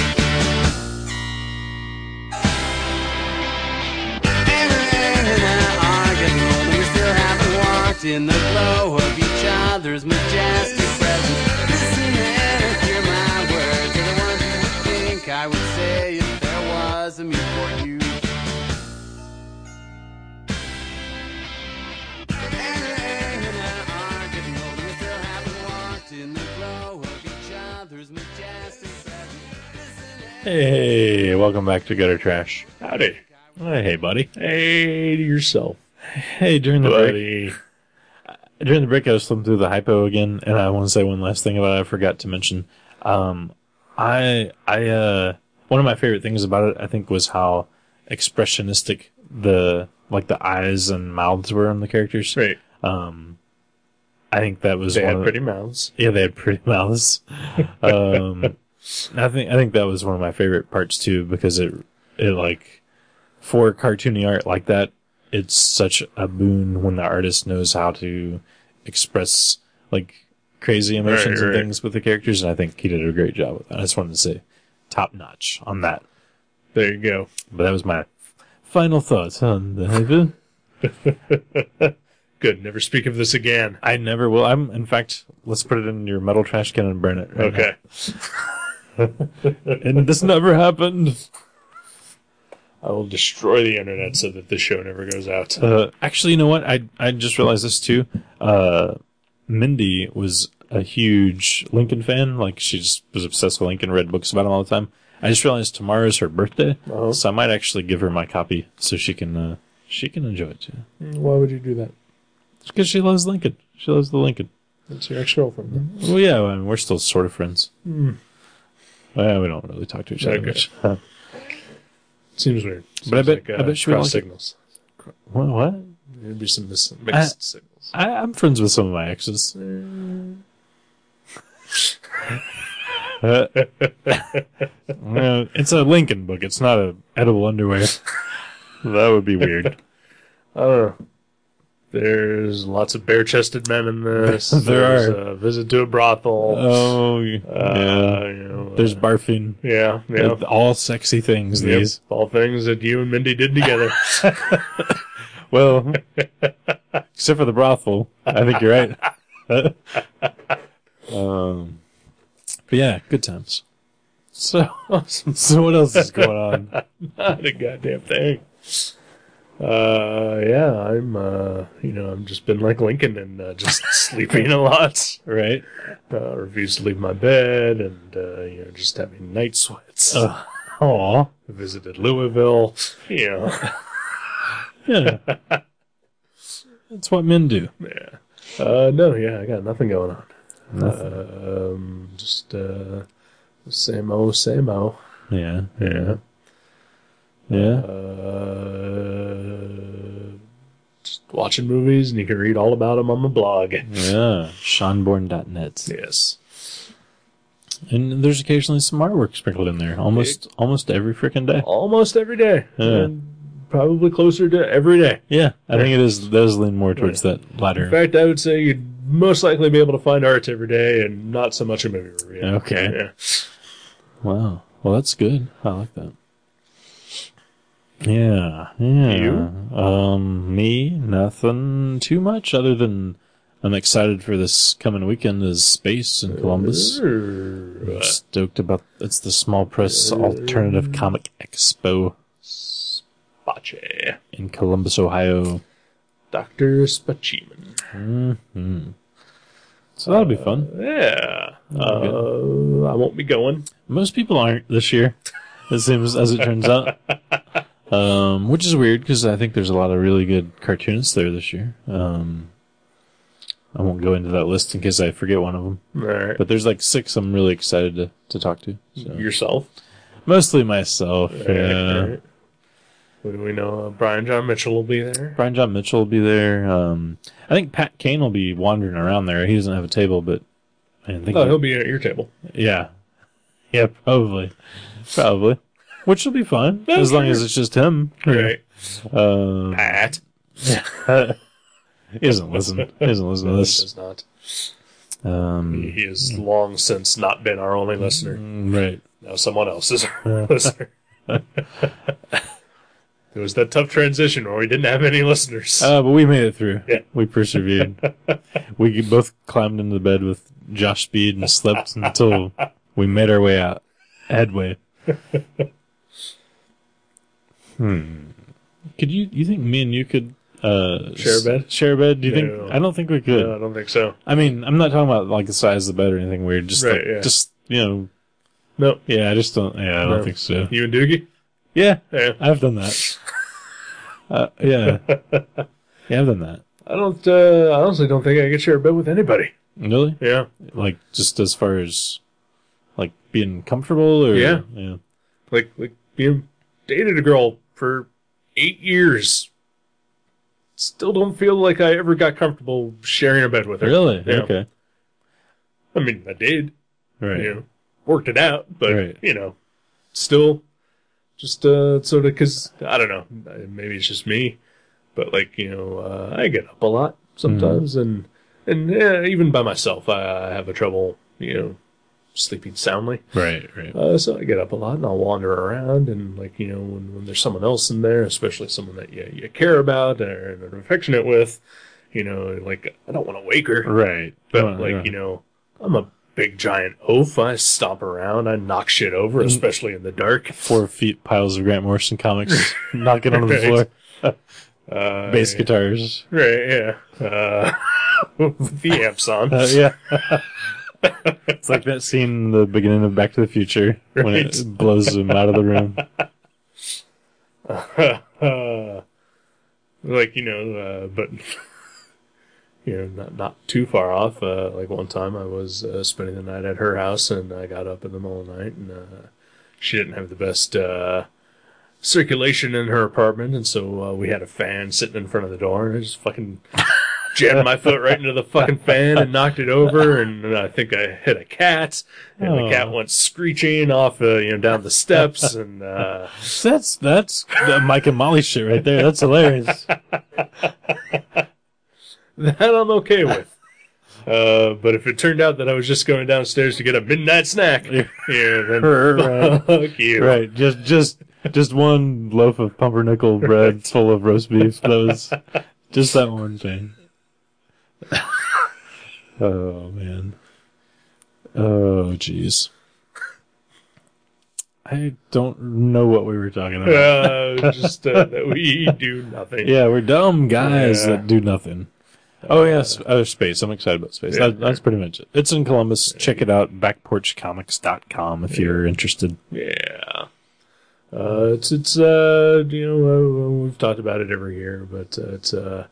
In the glow of each other's majestic presence, listen and hear my words. They're the doesn't mean for you. And rain and an arc and hope we still haven't walked in the glow of each other's majestic presence.
Hey, welcome back to Gutter Trash.
Howdy.
Hey, hey, buddy.
Hey to yourself,
Hey, during the break,
buddy.
during the break, I was flipping through the hypo again, and I want to say one last thing about it. I forgot to mention. Um, I, I, uh, one of my favorite things about it, I think, was how expressionistic the like the eyes and mouths were on the characters.
Right.
Um, I think that was
They
one
had
of the-
pretty mouths.
Yeah, they had pretty mouths. um, I think I think that was one of my favorite parts too because it it like for cartoony art like that, it's such a boon when the artist knows how to express like crazy emotions
right.
and things with the characters, and I think he did a great job with that. I just wanted to say top notch on that.
There you go.
But that was my final thoughts on the hyphen.
Good. Never speak of this again.
I never will. I'm in fact, let's put it in your metal trash can and burn it. right now.
Okay.
and this never happened.
I will destroy the internet so that this show never goes out.
Uh, actually, you know what? I I just realized this too. Uh, Mindy was a huge Lincoln fan. Like she just was obsessed with Lincoln, read books about him all the time. I just realized tomorrow's her birthday,
Uh-huh.
so I might actually give her my copy so she can uh, she can enjoy it too.
Mm, Why would you do that?
because she loves Lincoln. She loves the Lincoln.
That's your ex girlfriend.
Well, yeah, I mean, we're still sort of friends. Well, we don't really talk to each other
Okay.
much.
Seems weird. Seems
But I bet- I bet she would
cross
like it.
signals.
what? what?
There'd be some mis- mixed
I-
signals.
I, I'm friends with some of my exes. Uh, uh, it's a Lincoln book. It's not a edible underwear. that would be weird.
I don't know. There's lots of bare chested men in this.
There
There's
are.
A visit to a brothel.
Oh, yeah.
uh, you know,
There's
uh,
barfing.
yeah, yeah.
Uh, All sexy things.
Yep.
These.
All things that you and Mindy did together.
Well, except for the brothel. I think you're right. um, but yeah, good times. So, so what else is going on?
Not a goddamn thing. Uh, yeah, I'm, uh, you know, I've just been like Lincoln and uh, just sleeping a lot.
Right.
Uh, refuse to leave my bed and, uh, you know, just having night sweats.
Uh, aw.
Visited Louisville. You know,
Yeah. That's what men do.
yeah. Uh, no, yeah, I got nothing going on.
Nothing.
Um, just, uh, same old, same old.
yeah. Yeah.
Uh, just watching movies and you can read all about them on the blog.
Yeah. Seanborn.net.
Yes.
And there's occasionally some artwork sprinkled in there. Almost almost every freaking day.
almost every day.
Yeah.
And probably closer to every day.
Yeah. I think it is does lean more towards that
In
latter.
fact, I would say you'd most likely be able to find art every day and not so much a movie review.
Okay.
Yeah.
Wow. Well that's good. I like that. Yeah. Yeah.
You?
Um me, nothing too much other than I'm excited for this coming weekend is space in Columbus.
Err,
I'm stoked about it's the small press alternative comic expo
Spache.
in Columbus, Ohio.
Dr. Spachiman.
So that'll be fun.
Yeah.
be
Uh, I won't be going.
Most people aren't this year. It seems as it turns out. Um, which is weird because I think there's a lot of really good cartoonists there this year. Um, I won't go into that list in case I forget one of them.
All right.
But there's like six I'm really excited to, to talk to. So.
Yourself.
Mostly myself. Yeah.
All right. What do we know? Uh, Brian John Mitchell will be there.
Brian John Mitchell will be there. Um, I think Pat Kane will be wandering around there. He doesn't have a table, but I think
Oh, he'll be at your table.
yeah, yeah, probably, probably, which will be fun as long as it's just him.
Right.
Um,
Pat.
he doesn't listen. He doesn't listen to
No, he
this.
does not.
Um,
He has long since not been our only listener.
right.
Now someone else is our listener. it was that tough transition where we didn't have any listeners.
Uh, but we made it through.
Yeah.
We persevered. we both climbed into bed with Josh Speed and slept until we made our way out. Headway. Hmm. Could you? You think me and you could uh,
Share a
s-
bed?
Share a bed? Do you
No.
think? I don't think we could.
No, I don't think so.
I mean, I'm not talking about like the size of the bed or anything weird. Just,
Right,
the-
yeah.
just you know,
No.
yeah. I just don't. Yeah, I don't
No.
think so.
You and Doogie?
Yeah,
Yeah.
I've done that. uh, yeah, yeah, I've done that.
I don't. Uh, I honestly don't think I could share a bed with anybody.
Really?
Yeah.
Like, just as far as like being comfortable or
Yeah.
yeah.
Like like being dated a girl for eight years. Still don't feel like I ever got comfortable sharing a bed with her.
Really?
Yeah.
Okay.
I mean, I did.
Right.
You know, worked it out, but
Right.
you know, still, just uh, sort of because I don't know. Maybe it's just me, but like you know, uh, I get up a lot sometimes,
Mm-hmm.
and and yeah, even by myself, I, I have a trouble you know sleeping soundly.
Right. Right.
Uh, so I get up a lot and I'll wander around and like you know when, when there's someone else in there, especially someone that you, you care about or are affectionate with, you know like I don't want to wake her,
Right.
but
Uh,
like
yeah.
you know I'm a big giant oaf. I stomp around, I knock shit
Mm.
over, especially in the dark.
four feet piles of Grant Morrison comics knocking onto the
Right.
floor,
Uh,
bass guitars.
right? Yeah, uh, with the amps on.
Uh, yeah. it's like that scene in the beginning of Back to the Future when it
Right.
blows him out of the room.
uh, like you know, uh, but you know, not not too far off. Uh, like one time, I was uh, spending the night at her house, and I got up in the middle of the night, and uh, she didn't have the best uh, circulation in her apartment, and so uh, we had a fan sitting in front of the door, and I just fucking. Jammed my foot right into the fucking fan and knocked it over, and I think I hit a cat, and the cat
Oh.
went screeching off, uh, you know, down the steps, and uh,
That's that's the Mike and Molly shit right there. That's hilarious.
That I'm okay with. Uh, but if it turned out that I was just going downstairs to get a midnight snack, yeah, then
right,
fuck you.
right. Just just just one loaf of pumpernickel bread full of roast beef. That was just that one thing. oh man. Oh jeez. I don't know what we were talking about.
Uh, just uh, that we do nothing.
Yeah, we're dumb guys
Yeah.
that do nothing. Oh yes, uh, space. I'm excited about space.
Yeah.
That, that's pretty much it. It's in Columbus. Check it out, backporchcomics.com if you're interested.
Yeah. Uh, it's it's uh, you know uh, we've talked about it every year, but uh, it's uh,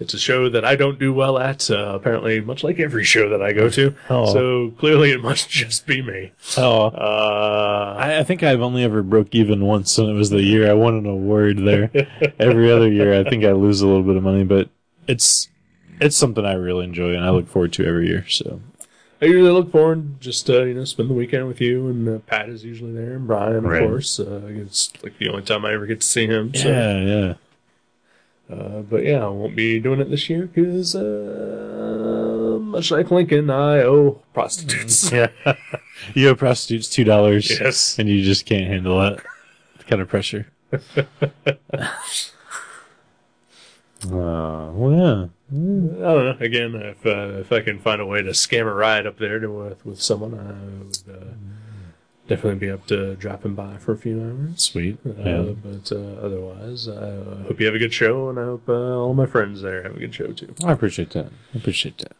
it's a show that I don't do well at. Uh, apparently, much like every show that I go to,
Oh.
so clearly it must just be me.
Oh,
Uh,
I, I think I've only ever broke even once, and it was the year I won an award there. Every other year, I think I lose a little bit of money, but it's it's something I really enjoy and I look forward to every year. So
I usually look forward just uh, you know spend the weekend with you and uh, Pat is usually there and Brian
Right.
of course. Uh, it's like the only time I ever get to see him. So.
yeah, yeah.
Uh, but yeah, I won't be doing it this year because uh, much like Lincoln, I owe prostitutes.
Mm, Yeah. you owe prostitutes two dollars.
Yes.
And you just can't handle that kind of pressure. Uh, well,
I don't know. Again, if uh, if I can find a way to scam a ride up there to, with with someone, I would uh, definitely be up to dropping by for a few
yeah.
hours.
Sweet.
Uh,
Yeah.
But uh, otherwise, I uh, hope you have a good show, and I hope uh, all my friends there have a good show too.
I appreciate that. I appreciate that.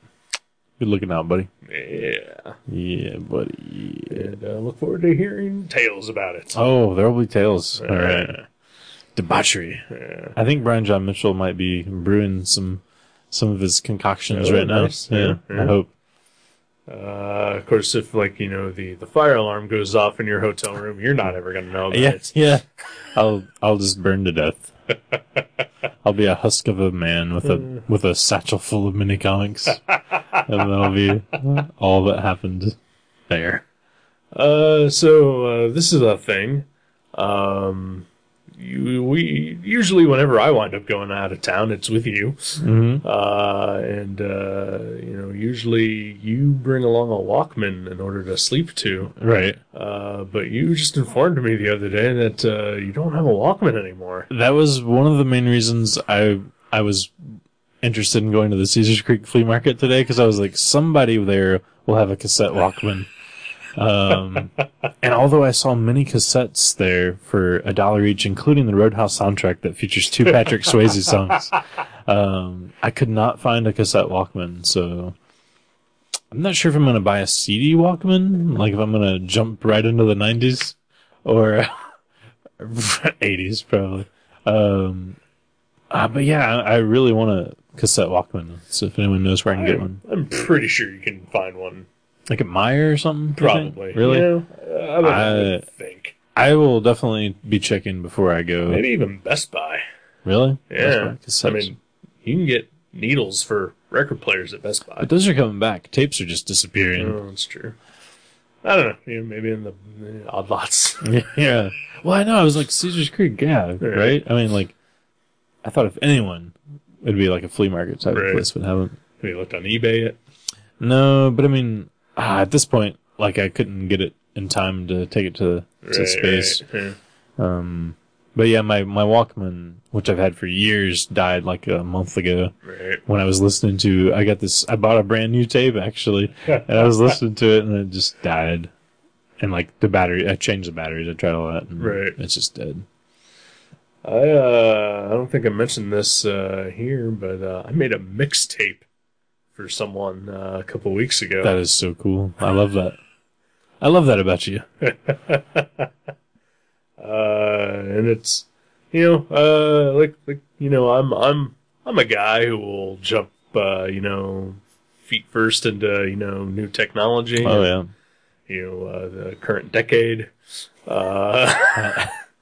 Good looking out, buddy.
Yeah.
Yeah, buddy.
And uh, look forward to hearing tales about it.
Oh, there will be tales. All right.
Uh,
Debauchery.
yeah.
I think Brian John Mitchell might be brewing some some of his concoctions
Oh,
right
nice.
now.
Yeah,
Yeah,
yeah.
I hope.
Uh, of course, if like you know the the fire alarm goes off in your hotel room, you're not ever gonna know about
Yeah,
it.
yeah. I'll I'll just burn to death. I'll be a husk of a man with a with a satchel full of mini comics, and that'll be all that happened there.
Uh, so uh, this is a thing. Um, you, we usually whenever I wind up going out of town, it's with you.
Mm-hmm.
Uh, and uh, you know usually you bring along a Walkman in order to sleep to.
Right.
Uh, but you just informed me the other day that uh, you don't have a Walkman anymore.
That was one of the main reasons I I was interested in going to the Caesar's Creek flea market today because I was like somebody there will have a cassette Walkman. Um, and although I saw many cassettes there for a dollar each, including the Roadhouse soundtrack that features two Patrick Swayze songs, um, I could not find a cassette Walkman. So I'm not sure if I'm going to buy a CD Walkman, like if I'm going to jump right into the 90s or 80s, probably. Um, uh, but yeah, I I really want a cassette Walkman. So if anyone knows where I can get one,
I'm pretty sure you can find one.
like at Meyer or something, you think?
Probably.
really.
You know, I would
I-
think.
I will definitely be checking before I go.
Maybe even Best Buy.
Really? That's
Yeah.
right, cassettes.
I mean, you can get needles for record players at Best Buy.
but those are coming back. Tapes are just disappearing.
Oh, that's true. I don't know. You know, maybe in the eh, odd lots.
yeah. Well, I know. I was like Caesar's Creek. Yeah.
Yeah.
Right. I mean, like, I thought if anyone, it'd be like a flea market type
Right.
of place would have them.
Have you looked on eBay yet?
No, but I mean, ah, at this point, like, I couldn't get it in time to take it to to
Right,
space.
right, yeah.
Um, but yeah, my, my Walkman, which I've had for years, died like a month ago
Right.
when I was listening to, I got this, I bought a brand new tape actually, and I was listening to it and it just died. And like the battery, I changed the batteries, I tried all that, and
Right.
it's just dead.
I uh, I don't think I mentioned this uh, here, but uh, I made a mixtape for someone uh, a couple weeks ago.
That is so cool. I love that. I love that about you.
uh, and it's you know uh, like like you know I'm I'm I'm a guy who will jump uh, you know feet first into you know new technology.
Oh yeah.
you know uh, the current decade. Uh,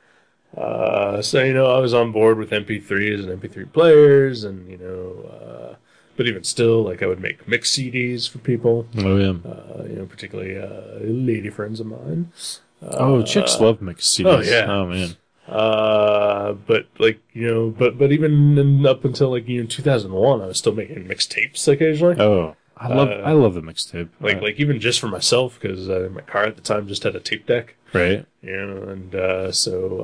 uh, so you know I was on board with MP3s and MP3 players, and you know, uh, but even still, like I would make mix CDs for people.
Oh yeah.
Uh, you know, particularly uh, lady friends of mine.
oh, chicks love mixed CDs.
oh, yeah.
Oh man.
Uh, but like you know, but but even in, up until like you know 2001, I was still making mixtapes occasionally.
Oh, I love
Uh,
I love the mixtape.
Like
Uh,
like even just for myself because uh, my car at the time just had a tape deck.
right.
you know, and uh, so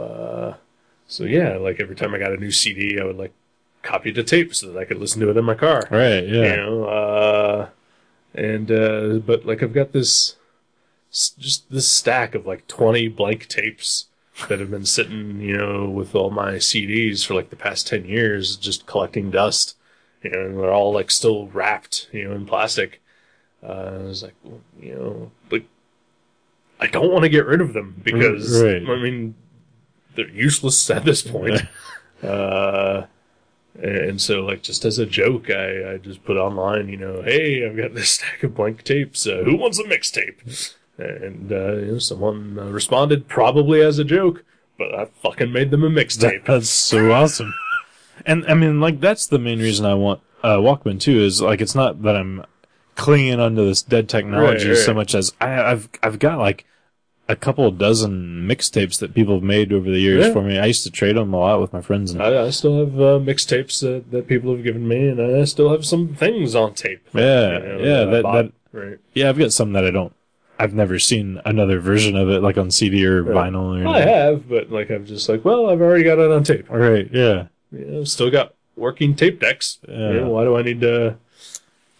uh, so yeah, like every time I got a new CD, I would like copy the tape so that I could listen to it in my car,
Right. Yeah.
you know, uh, and uh, but like I've got this s- just this stack of like twenty blank tapes that have been sitting, you know, with all my CDs for like the past ten years, just collecting dust, you know, and they're all like still wrapped, you know, in plastic. Uh, I was like, well, you know, like I don't want to get rid of them because
Right.
I mean they're useless at this point. uh, and so, like, just as a joke, I, I just put online, you know, hey, I've got this stack of blank tapes. Uh, who wants a mixtape? And uh, you know, someone uh, responded, probably as a joke, but I fucking made them a
That-
mixtape.
that's so awesome. And I mean, like that's the main reason I want uh, Walkman too. Is like it's not that I'm clinging onto this dead technology
Right, right.
so much as I, I've I've got like a couple dozen mixtapes that people have made over the years
Yeah.
for me. I used to trade them a lot with my friends. And,
I, I still have uh, mixtapes that, that people have given me, and I still have some things on tape.
yeah,
you know,
yeah,
I
that,
bought,
that
right.
yeah. I've got some that I don't. I've never seen another version of it, like on CD or vinyl or.
I have, but like I'm just like, well, I've already got it on tape.
All right. Yeah.
you know, still got working tape decks. You know,
Yeah.
why do I need to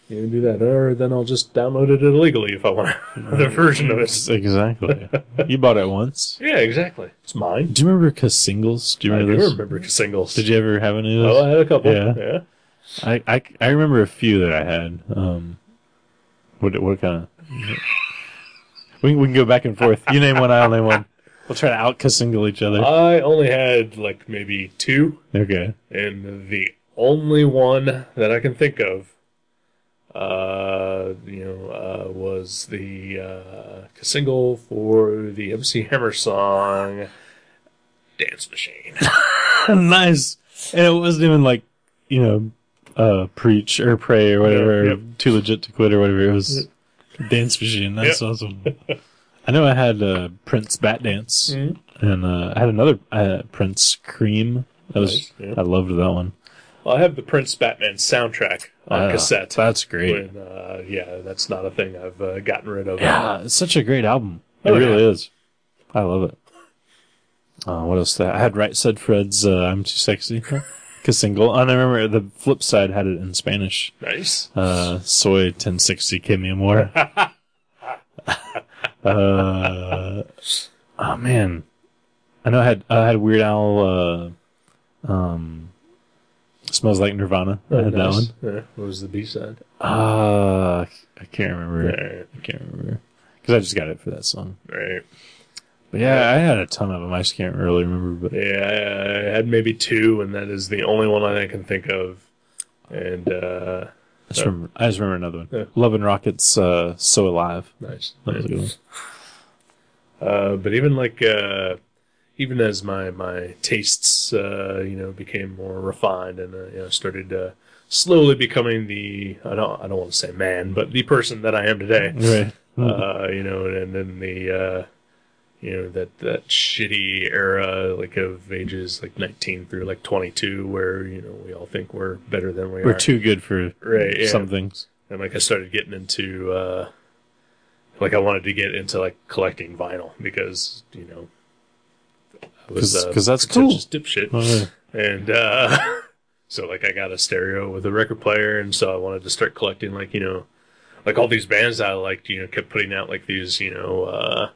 you know, do that? Or then I'll just download it illegally if I want
Mm.
another version of it.
Exactly. you bought it once.
Yeah, exactly. It's mine.
Do you remember Kiss singles? Do you
I do
remember this?
remember singles.
Did you ever have any of those?
Oh, I had a couple.
Yeah.
Yeah.
I, I, I remember a few that I had. Um, what what kind of? we we can go back and forth. You name one, I'll name one. We'll try to out single each other.
I only had like maybe two,
Okay.
and the only one that I can think of, uh, you know, uh, was the uh, single for the MC Hammer song "Dance Machine."
nice. And it wasn't even like you know, uh, preach or pray or whatever.
Yeah, yep.
Too legit to quit or whatever. It was dance machine. That's
Yep.
awesome. I know I had uh, Prince Bat Dance,
Mhm.
and uh, I had another uh, Prince Cream. That was
Nice, yeah.
I loved that one.
Well, I have the Prince Batman soundtrack on
Yeah,
cassette.
Ah. That's great.
When, uh, yeah, that's not a thing I've uh, gotten rid of.
Yeah, it's such a great album. It
Oh,
really is. I love it. Uh, what else? That I had Right Said Fred's uh, "I'm Too Sexy" a single, and I remember the flip side had it in Spanish.
Nice.
Uh, soy 1060 que mi amor. Uh, oh man, I know I had I had Weird Al. Uh, um, smells like Nirvana.
Oh,
I had that one.
Yeah. What was the B side?
Uh, I can't remember.
Right.
I can't remember because I just got it for that song.
right.
But yeah, I had a ton of them. I just can't really remember. But
Yeah, I, I had maybe two, and that is the only one I can think of. And uh,
I just remember, I just remember another one.
Yeah.
Love and Rockets. Uh, so alive.
nice.
That was a good one.
Uh, but even like uh, even as my my tastes uh, you know became more refined and uh, you know started uh, slowly becoming the I don't I don't want to say man but the person that I am today
Right.
uh, you know and, and then the uh, you know that that shitty era like of ages like 19 through like 22 where you know we all think we're better than we
We're
are
too good for
Right, yeah.
some things.
and like I started getting into uh like I wanted to get into like collecting vinyl because you know I
'Cause-
a
'cause that's
pretentious dipshit
Oh,
and uh so like I got a stereo with a record player and so I wanted to start collecting like you know like all these bands that I liked you know kept putting out like these you know uh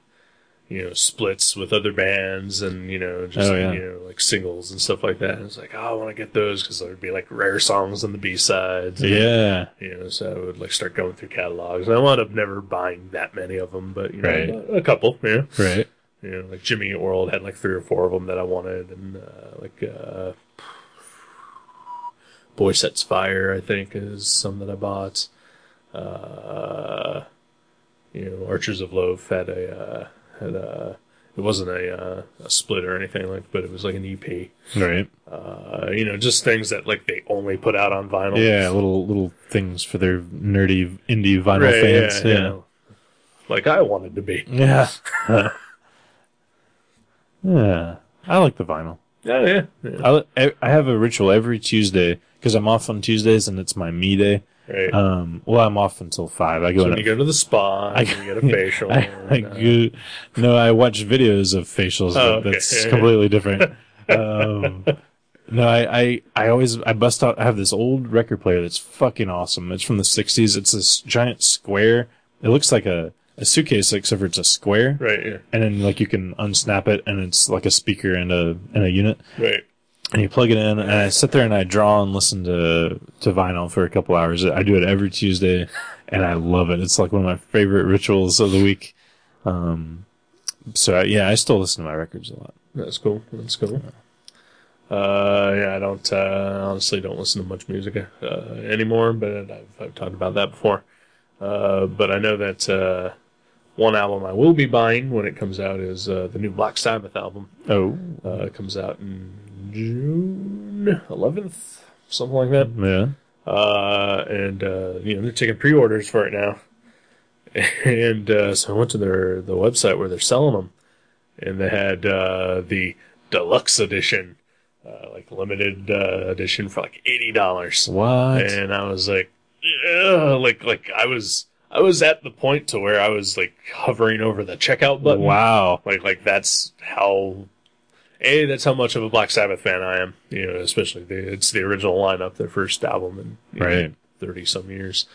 you know splits with other bands and you know just
Oh, yeah.
you know like singles and stuff like that and it's like oh, I want to get those because there'd be like rare songs on the B sides
Yeah.
you know, so I would like start going through catalogs. And I wound up never buying that many of them, but you know,
Right.
a- a couple. You know,
Right.
you know, like Jimmy Eat World had like three or four of them that I wanted, and uh, like uh, Boy Sets Fire, I think, is some that I bought. Uh, you know, Archers of Loaf had a uh, had a. It wasn't a uh, a split or anything like, but it was like an EP.
Right.
Uh, you know, just things that like they only put out on vinyl.
Yeah, little little things for their nerdy indie vinyl
Right,
fans.
you
Yeah.
know, like I wanted to be.
Yeah. yeah. I like the vinyl.
Yeah, yeah. yeah.
I li- e, I I have a ritual every Tuesday because I'm off on Tuesdays and it's my me day.
Right.
Um, well, I'm off until five. I go.
so
in
when
at
you go to the spa,
I-
and you get a facial.
I,
and,
I
uh,
go, no, I watch videos of facials.
Oh,
but
okay.
That's completely different. um, no, I, I, I always I bust out. I have this old record player that's fucking awesome. It's from the '60s. It's this giant square. It looks like a, a suitcase, except for it's a square.
right, yeah,
And then like you can unsnap it, and it's like a speaker and a and a unit
right.
and you plug it in, and I sit there and I draw and listen to to vinyl for a couple hours. I do it every Tuesday, and I love it. It's like one of my favorite rituals of the week. Um, so I, yeah, I still listen to my records a lot.
That's cool. That's cool. Uh, yeah, I don't uh, honestly don't listen to much music uh, anymore, but I've, I've talked about that before. Uh, but I know that uh, one album I will be buying when it comes out is uh, the new Black Sabbath album.
Oh,
Uh, it comes out in June 11th, something like that.
yeah,
uh, and uh, you know they're taking pre-orders for it now. And uh, so I went to their the website where they're selling them, and they had uh, the deluxe edition, uh, like limited uh, edition for like eighty dollars.
what?
And I was like, "Ugh," like like I was I was at the point to where I was like hovering over the checkout button.
wow,
Like like that's how a that's how much of a Black Sabbath fan I am. You know, especially the, it's the original lineup, their first album in you know,
Right.
thirty some years.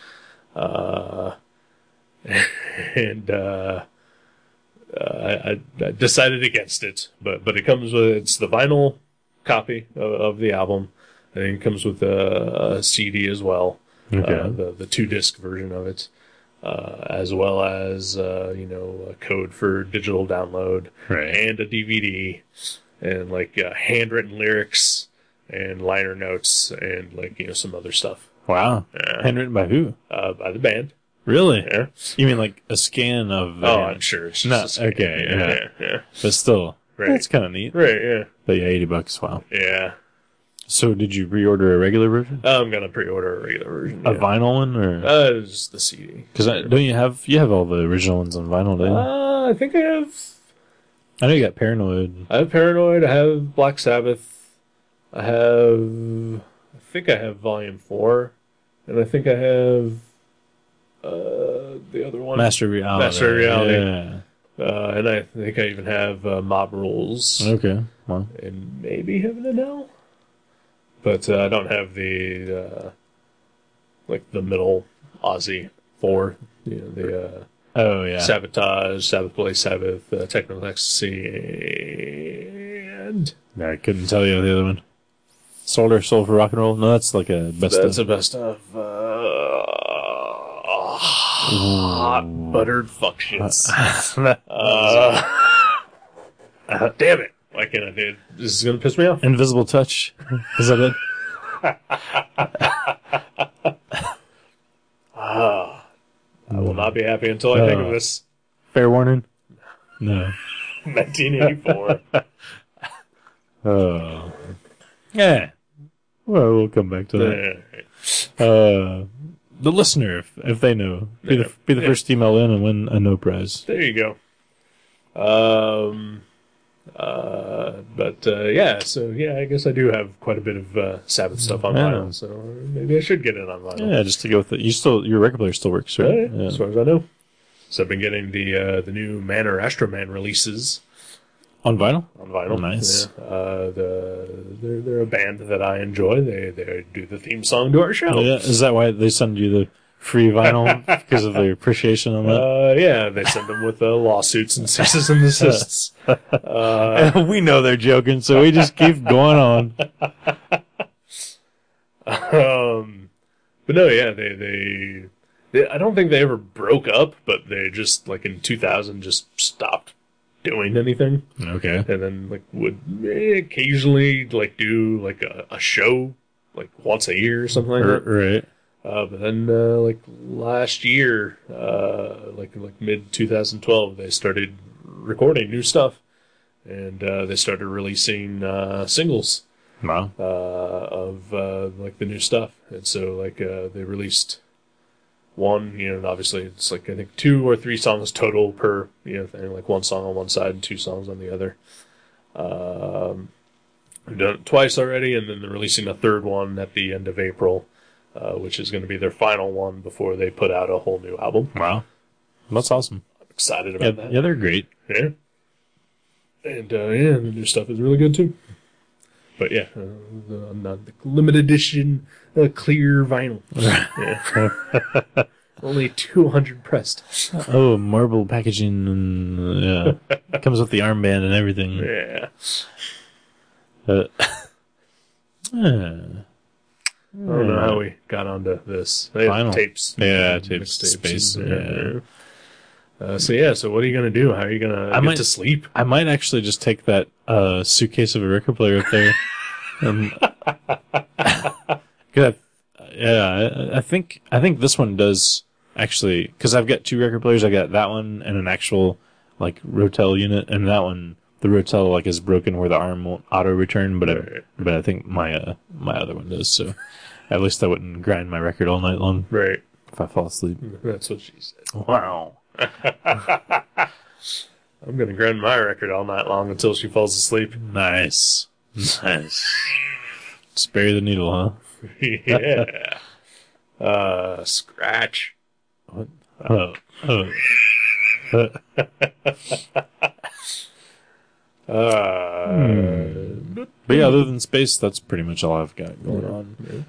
Uh, and uh, I, I- I decided against it, but but it comes with it's the vinyl copy of, of the album. I think it comes with a, a CD as well,
Okay.
uh, the the two disc version of it, uh, as well as uh, you know a code for digital download
Right.
and a DVD and like uh, handwritten lyrics and liner notes and like you know some other stuff
wow.
Yeah.
Handwritten by who?
uh, by the band.
Really?
Yeah.
You mean like a scan of?
Oh, I'm sure it's just
No,
a scan.
okay,
yeah,
yeah.
yeah, yeah.
But still,
Right.
that's kind of neat.
right, yeah,
But yeah, eighty bucks. Wow.
yeah.
So did you reorder a regular version,
I'm gonna pre-order a regular version.
a vinyl one, or?
Uh, it's just the CD.
Because don't you have you have all the original ones on vinyl? Don't you?
Uh, I think I have.
I know you got Paranoid.
I have Paranoid. I have Black Sabbath. I have. I think I have Volume Four, and I think I have. Uh, the other one.
Master Reality.
Master Reality.
Yeah.
Uh, and I think I even have uh, Mob Rules,
Okay. Well.
and maybe Heaven and Hell. But uh, I don't have the uh, like the middle Aussie four. You know the. Uh,
Oh yeah.
Sabotage, Sabbath Play, Sabbath, uh, Techno Ecstasy, and
No, I couldn't tell you the other one. Solar Soul for Rock and Roll. No, that's like a best.
that's the
of.
best of uh, hot buttered fuck shits. Uh, damn it! Why can't I do it? This is gonna piss me off.
Invisible Touch. Is that it?
I will not be happy until I think of
Uh.
this.
Fair warning. No.
1984.
Oh. Yeah. Well, we'll come back to that. Uh, the listener, if, if they know, be the be the
Yeah.
first email in and win a no prize.
there you go. Um, uh, but uh, yeah, so yeah, I guess I do have quite a bit of uh, Sabbath stuff on
Yeah.
vinyl, so maybe I should get it on vinyl.
Yeah, just to go with it. You still your record player still works, right?
Oh, yeah,
Yeah.
As far as I know. So I've been getting the uh, the new Man or Astroman releases
On vinyl.
on vinyl.
Oh, Nice.
Yeah. Uh, the they're they're a band that I enjoy. They they do the theme song to our show.
Yeah. Is that why they send you the free vinyl because of their appreciation on that?
Uh, yeah, they send them with uh, lawsuits and ceases and desists. Uh,
we know they're joking, so we just keep going on.
um, but no, yeah, they, they they I don't think they ever broke up, but they just like in 2000 just stopped doing anything.
Okay.
and then like would eh, occasionally like do like a, a show like once a year or something like
R-
that.
Er, right.
Uh, but then uh, like last year, uh, like like mid 2012, they started recording new stuff, and uh, they started releasing uh, singles
Wow.
uh, of uh, like the new stuff. And so like uh, they released one, you know, and obviously it's like I think two or three songs total per you know thing, like one song on one side and two songs on the other. Um, we've done it twice already, and then they're releasing a third one at the end of April. Uh, which is going to be their final one before they put out a whole new album.
Wow. That's awesome.
Excited
Yeah,
about that.
yeah, they're great.
Yeah. And uh, yeah, the new stuff is really good too. But yeah, uh, the, not the limited edition uh, clear vinyl. Yeah. Only 200 pressed.
Oh, marble packaging and yeah, comes with the armband and everything.
Yeah.
Uh, yeah.
I don't know how we got onto this. They have
Hmm. Vinyl.
tapes.
Yeah,
and
tapes,
mixtapes
space,
and- Uh, so yeah, so what are you gonna do? How are you gonna
I
get
might-
to sleep?
I might actually just take that uh, suitcase of a record player up there. um, 'cause I, yeah, I, I think I think this one does actually because I've got two record players. I got that one and an actual like Rotel unit, and that one the Rotel like is broken where the arm won't auto return, but I,
Right.
but I think my uh, my other one does. So at least I wouldn't grind my record all night long
Right.
if I fall asleep.
That's what she said.
Wow.
I'm gonna grind my record all night long until she falls asleep.
Nice. Nice. Just bury the needle, huh?
yeah. Uh, scratch.
Oh, oh.
Uh,
But yeah, other than space, that's pretty much all I've got going on.
yeah.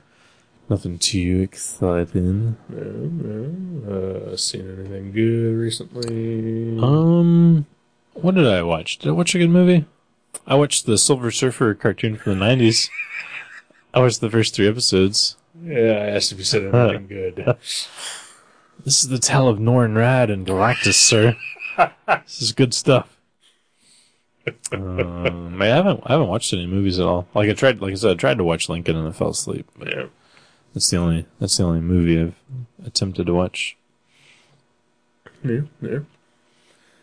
Nothing too exciting.
uh, seen anything good recently?
Um, what did I watch? Did I watch a good movie? I watched the Silver Surfer cartoon from the 90s. I watched the first three episodes.
Yeah, I asked if you said anything good.
This is the tale of Norn Rad and Galactus, sir. this is good stuff. Um, I haven't I haven't watched any movies at all. Like I tried, like I said, I tried to watch Lincoln and I fell asleep.
Yeah.
That's the only that's the only movie I've attempted to watch.
Yeah, yeah.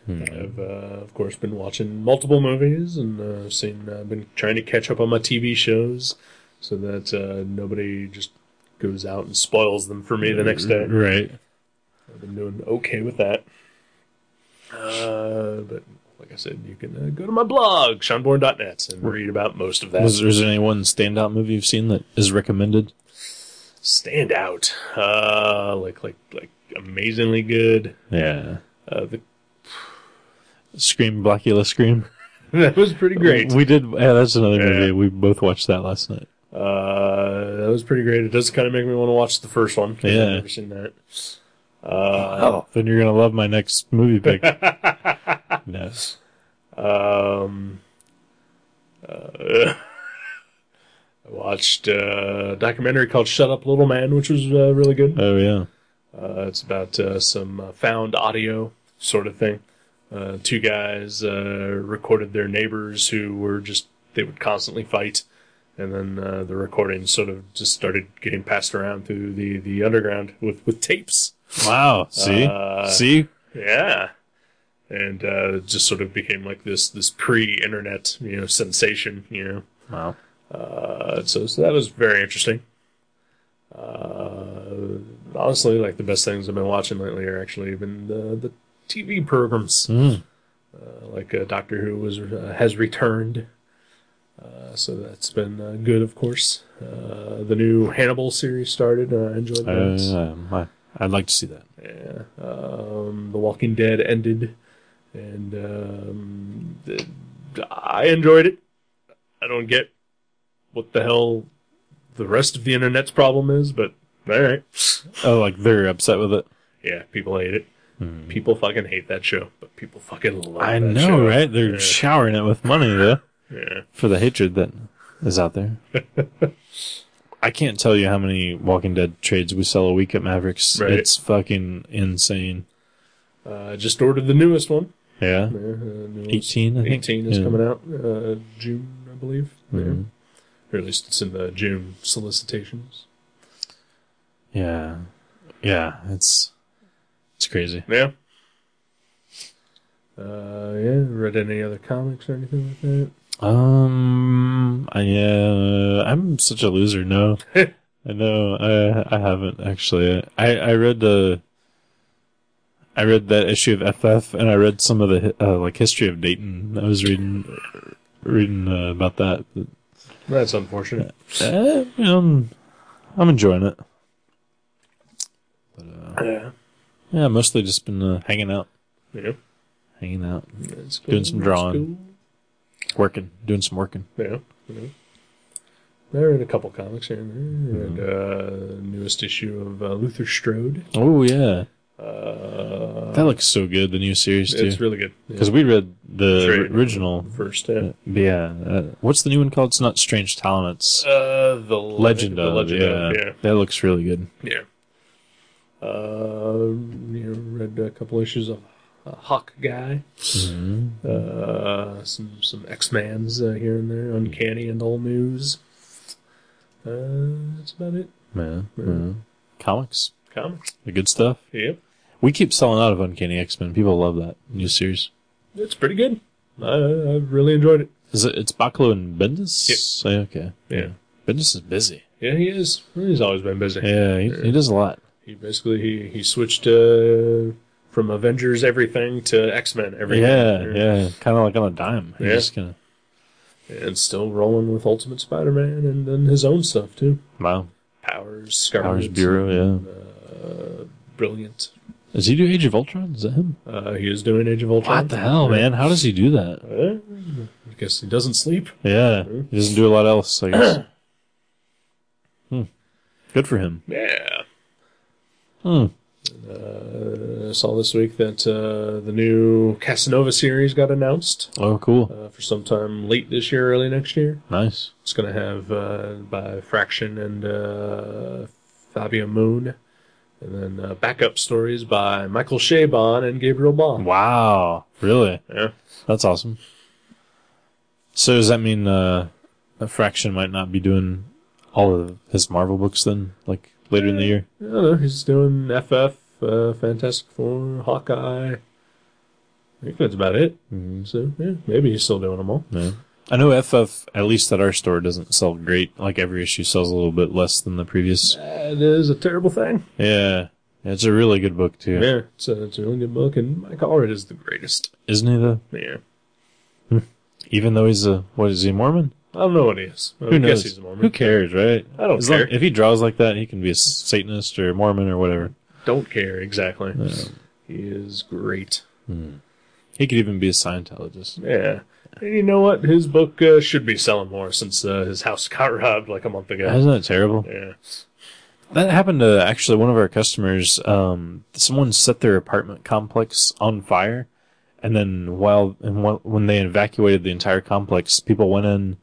I've, uh, of course, been watching multiple movies and uh, seen. I've been trying to catch up on my TV shows so that uh, nobody just goes out and spoils them for me the next day.
Right.
I've been doing okay with that. Uh, but like I said, you can uh, go to my blog, seanborn.net, and read about most of that.
Was, was there any one standout movie you've seen that is recommended?
Stand out, uh, like like like amazingly good.
Yeah.
Uh, the,
Scream, Blackula Scream.
that was pretty great.
We did. Yeah, that's another
Yeah.
movie. We both watched that last night.
Uh, that was pretty great. It does kind of make me want to watch the first one. 'cause
Yeah.
I've never seen that. Uh,
Oh, then you're gonna love my next movie pick. no.
Um, uh, I watched uh, a documentary called "Shut Up, Little Man," which was uh, really good.
Oh yeah.
Uh, it's about uh, some uh, found audio sort of thing. Uh, two guys uh, recorded their neighbors who were just they would constantly fight, and then uh, the recordings sort of just started getting passed around through the the underground with with tapes.
Wow. See,
Uh,
see,
Yeah. And uh, it just sort of became like this this pre-internet you know sensation you know
wow.
uh, so, so that was very interesting. Uh, honestly, like the best things I've been watching lately are actually been the, the TV programs,
Mm.
uh, like uh, Doctor Who was uh, has returned. Uh, so that's been uh, good, of course. Uh, the new Hannibal series started. Uh, I enjoyed that.
Uh, I, I'd like to see that.
yeah. Um, the Walking Dead ended, and um, th- I enjoyed it. I don't get what the hell the rest of the internet's problem is, but all right.
Oh, like they're upset with it.
Yeah, people hate it. People fucking hate that show, but people fucking love
Hmm. I
that
know,
show.
right? They're
Yeah,
showering it with money though
yeah.
for the hatred that is out there. I can't tell you how many Walking Dead trades we sell a week at Mavericks.
Right.
It's fucking insane.
Uh, just ordered the newest one.
Yeah.
Yeah, uh, newest-
18, I think.
18 is
Yeah.
coming out uh, June, I believe. Yeah.
Mhm.
Or at least it's in the June solicitations.
Yeah. Yeah, it's it's crazy.
Yeah. Uh, yeah. Read any other comics or anything like that?
Um, I, uh, I'm such a loser. No, I know. I I haven't actually. I I read the. I read that issue of FF, and I read some of the hi- uh, like history of Dayton. I was reading reading uh, about that. But,
That's unfortunate.
uh, you know, I'm, I'm enjoying it.
Yeah.
Yeah, mostly just been uh, hanging out,
Yeah.
hanging out,
That's
Doing
cool,
some
that's
drawing. working, doing some working.
cool. Yeah. yeah. I read a couple comics here and there. I read uh,
Mm-hmm.
newest issue of uh, Luther Strode.
Oh yeah,
Uh,
that looks so good. The new series too.
it's really good. Yeah,
because we read the
Trade.
original
first, yeah.
Yeah. Uh, what's the new one called? It's not Strange Talent. It's
Uh, the
Legend
the
of.
Legend
yeah.
of, yeah.
That looks really good.
Yeah. Uh, you know, read a couple issues of uh, Hawk Guy.
Mm-hmm.
Uh, some some X Man's uh, here and there, Uncanny and All News. Uh, that's about it.
Yeah. yeah. Mm-hmm. Comics.
Comics.
The good stuff.
Yep,
We keep selling out of Uncanny X Men. People love that new series.
it's pretty good. I I really enjoyed it.
Is it? It's Baclo and Bendis. Yeah, okay.
Yeah.
Bendis is busy.
Yeah, he is. He's always been busy.
Yeah. He, he does a lot.
He basically he he switched uh, from Avengers everything to X Men everything.
Yeah. Yeah. Kind of like on a dime. He's
Yeah.
just kind of
And still rolling with Ultimate Spider Man and then his own stuff too.
wow.
Powers, Scarlet,
Powers Bureau. Yeah.
Brilliant.
Does he do Age of Ultron? Is that him?
Uh, he is doing Age of Ultron.
What the hell, man? How does he do that?
Uh, I guess he doesn't sleep.
Yeah, he doesn't do a lot else, I guess. hmm. Good for him.
Yeah.
Hmm.
I saw this week that uh, the new Casanova series got announced
Oh, cool.
uh, for sometime late this year, early next year.
Nice.
It's going to have uh, by Fraction and uh, Fabio Moon, and then uh, backup stories by Michael Chabon and Gabriel Bond.
Wow. Really?
Yeah.
That's awesome. So does that mean uh, a fraction might not be doing all of his Marvel books then, like later in the year?
I don't know. He's doing FF, uh, Fantastic Four, Hawkeye. I think that's about it. So yeah, maybe he's still doing them all.
No. I know FF, at least at our store, doesn't sell great. Like every issue sells a little bit less than the previous.
That is a terrible thing.
Yeah. It's a really good book too,
Yeah, it's, a, it's a really good book, and Mike Allred is the greatest.
isn't he? Though,
Yeah,
even though he's a what is he Mormon?
I don't know what he is. I
Who
guess
knows?
he's a Mormon.
Who cares, right?
I don't
As long-
care.
if he draws like that, he can be a Satanist or Mormon or whatever.
Don't care exactly. He is great.
He could even be a Scientologist.
Yeah. And you know what? His book uh, should be selling more since uh, his house got robbed like a month ago.
Isn't that terrible?
Yeah.
That happened to actually one of our customers. Um, someone set their apartment complex on fire, and then while and wh- when they evacuated the entire complex, people went in,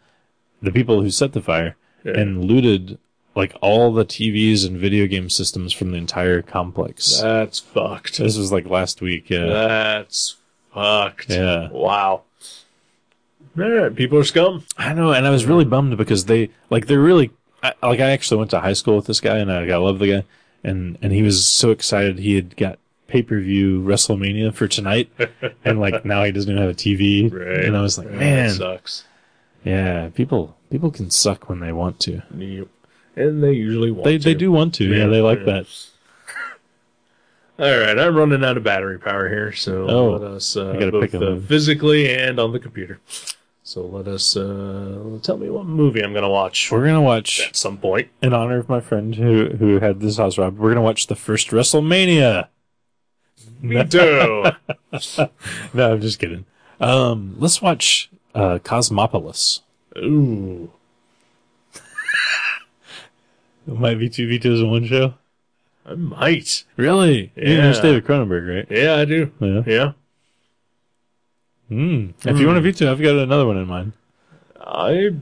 the people who set the fire,
Yeah.
and looted like all the TVs and video game systems from the entire complex.
That's fucked.
this was like last week. Yeah,
That's fucked.
yeah.
Wow. All right, people are scum.
I know, and I was really bummed because they like they're really I, like I actually went to high school with this guy, and I, like, I love the guy, and and he was so excited he had got pay per view WrestleMania for tonight, and like now he doesn't even have a TV, and I was like,
Yeah, that
man,
sucks.
yeah, people people can suck when they want to.
Yep. And they usually want
They
to.
they do want to, yeah,
Yeah,
they like
yeah.
that.
All right, I'm running out of battery power here, so
Oh,
let us uh,
I gotta
both
pick a
uh,
movie.
physically and on the computer. So let us uh, tell me what movie I'm gonna watch
We're gonna watch
at some point.
in honor of my friend who who had this house robbed. We're gonna watch the first WrestleMania.
We do.
No, I'm just kidding. Um, let's watch uh, Cosmopolis.
Ooh,
It might be two V2s in one show.
I might.
Really?
Yeah.
You know, it's David Cronenberg, right?
Yeah, I do.
Yeah.
Yeah,
Mm. If you want a V2, I've got another one in mind.
I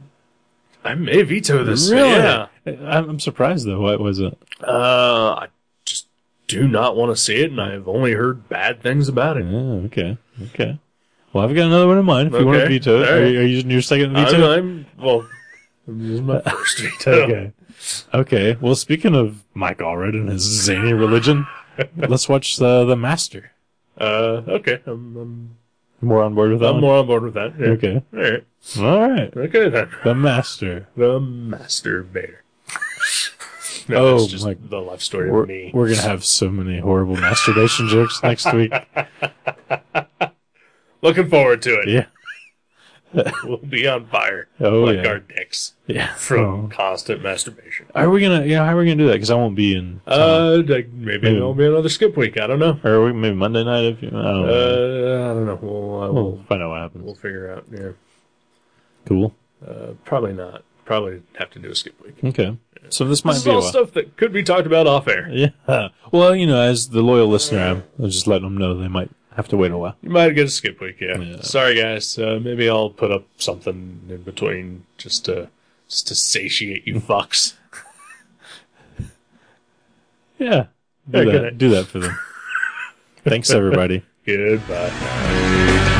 I may veto this. Yeah.
I'm I'm surprised though. Why was it?
Uh, I just do not want to see it, and I've only heard bad things about it.
Oh, okay. Okay. Well, I've got another one in mind. If you want to
Okay.
veto it,
All
are,
right.
you, are you using your second veto?
I'm, I'm well. I'm using my first veto.
Okay. Okay. Well, speaking of Mike Allred and his zany religion, let's watch the the Master.
Uh, okay. I'm, I'm,
More on board with that.
I'm
one?
more on board with that. Yeah.
Okay.
All right.
All right.
Okay then.
The Master.
The masturbator. No,
Oh,
that's just
my-
the life story
We're,
of me.
we're gonna have so many horrible masturbation jokes next week.
Looking forward to it.
Yeah.
We'll be on fire.
Oh,
like
yeah.
our dicks
Yeah.
from
Oh.
constant masturbation.
Are we gonna? Yeah, how are we gonna do that? Because I won't be in.
Uh, like maybe
Maybe.
there'll be another skip week. I don't know.
or we, maybe Monday night. If you, I don't
Uh,
know.
I don't know. We'll, uh,
We'll
we'll
find out what happens.
we'll figure out. Yeah.
cool.
Uh, probably not. Probably have to do a skip week.
Okay. So this might
This is
be a
all
while.
stuff that could be talked about off air.
Yeah. Well, you know, as the loyal listener, I'm, I'm just letting them know they might have to wait a while.
You might get a skip week. Yeah.
Yeah.
Sorry guys. Uh, maybe I'll put up something in between just to just to satiate you fucks.
Yeah. Do,
Yeah, good
that.
night.
do that for them. Thanks, everybody.
Goodbye.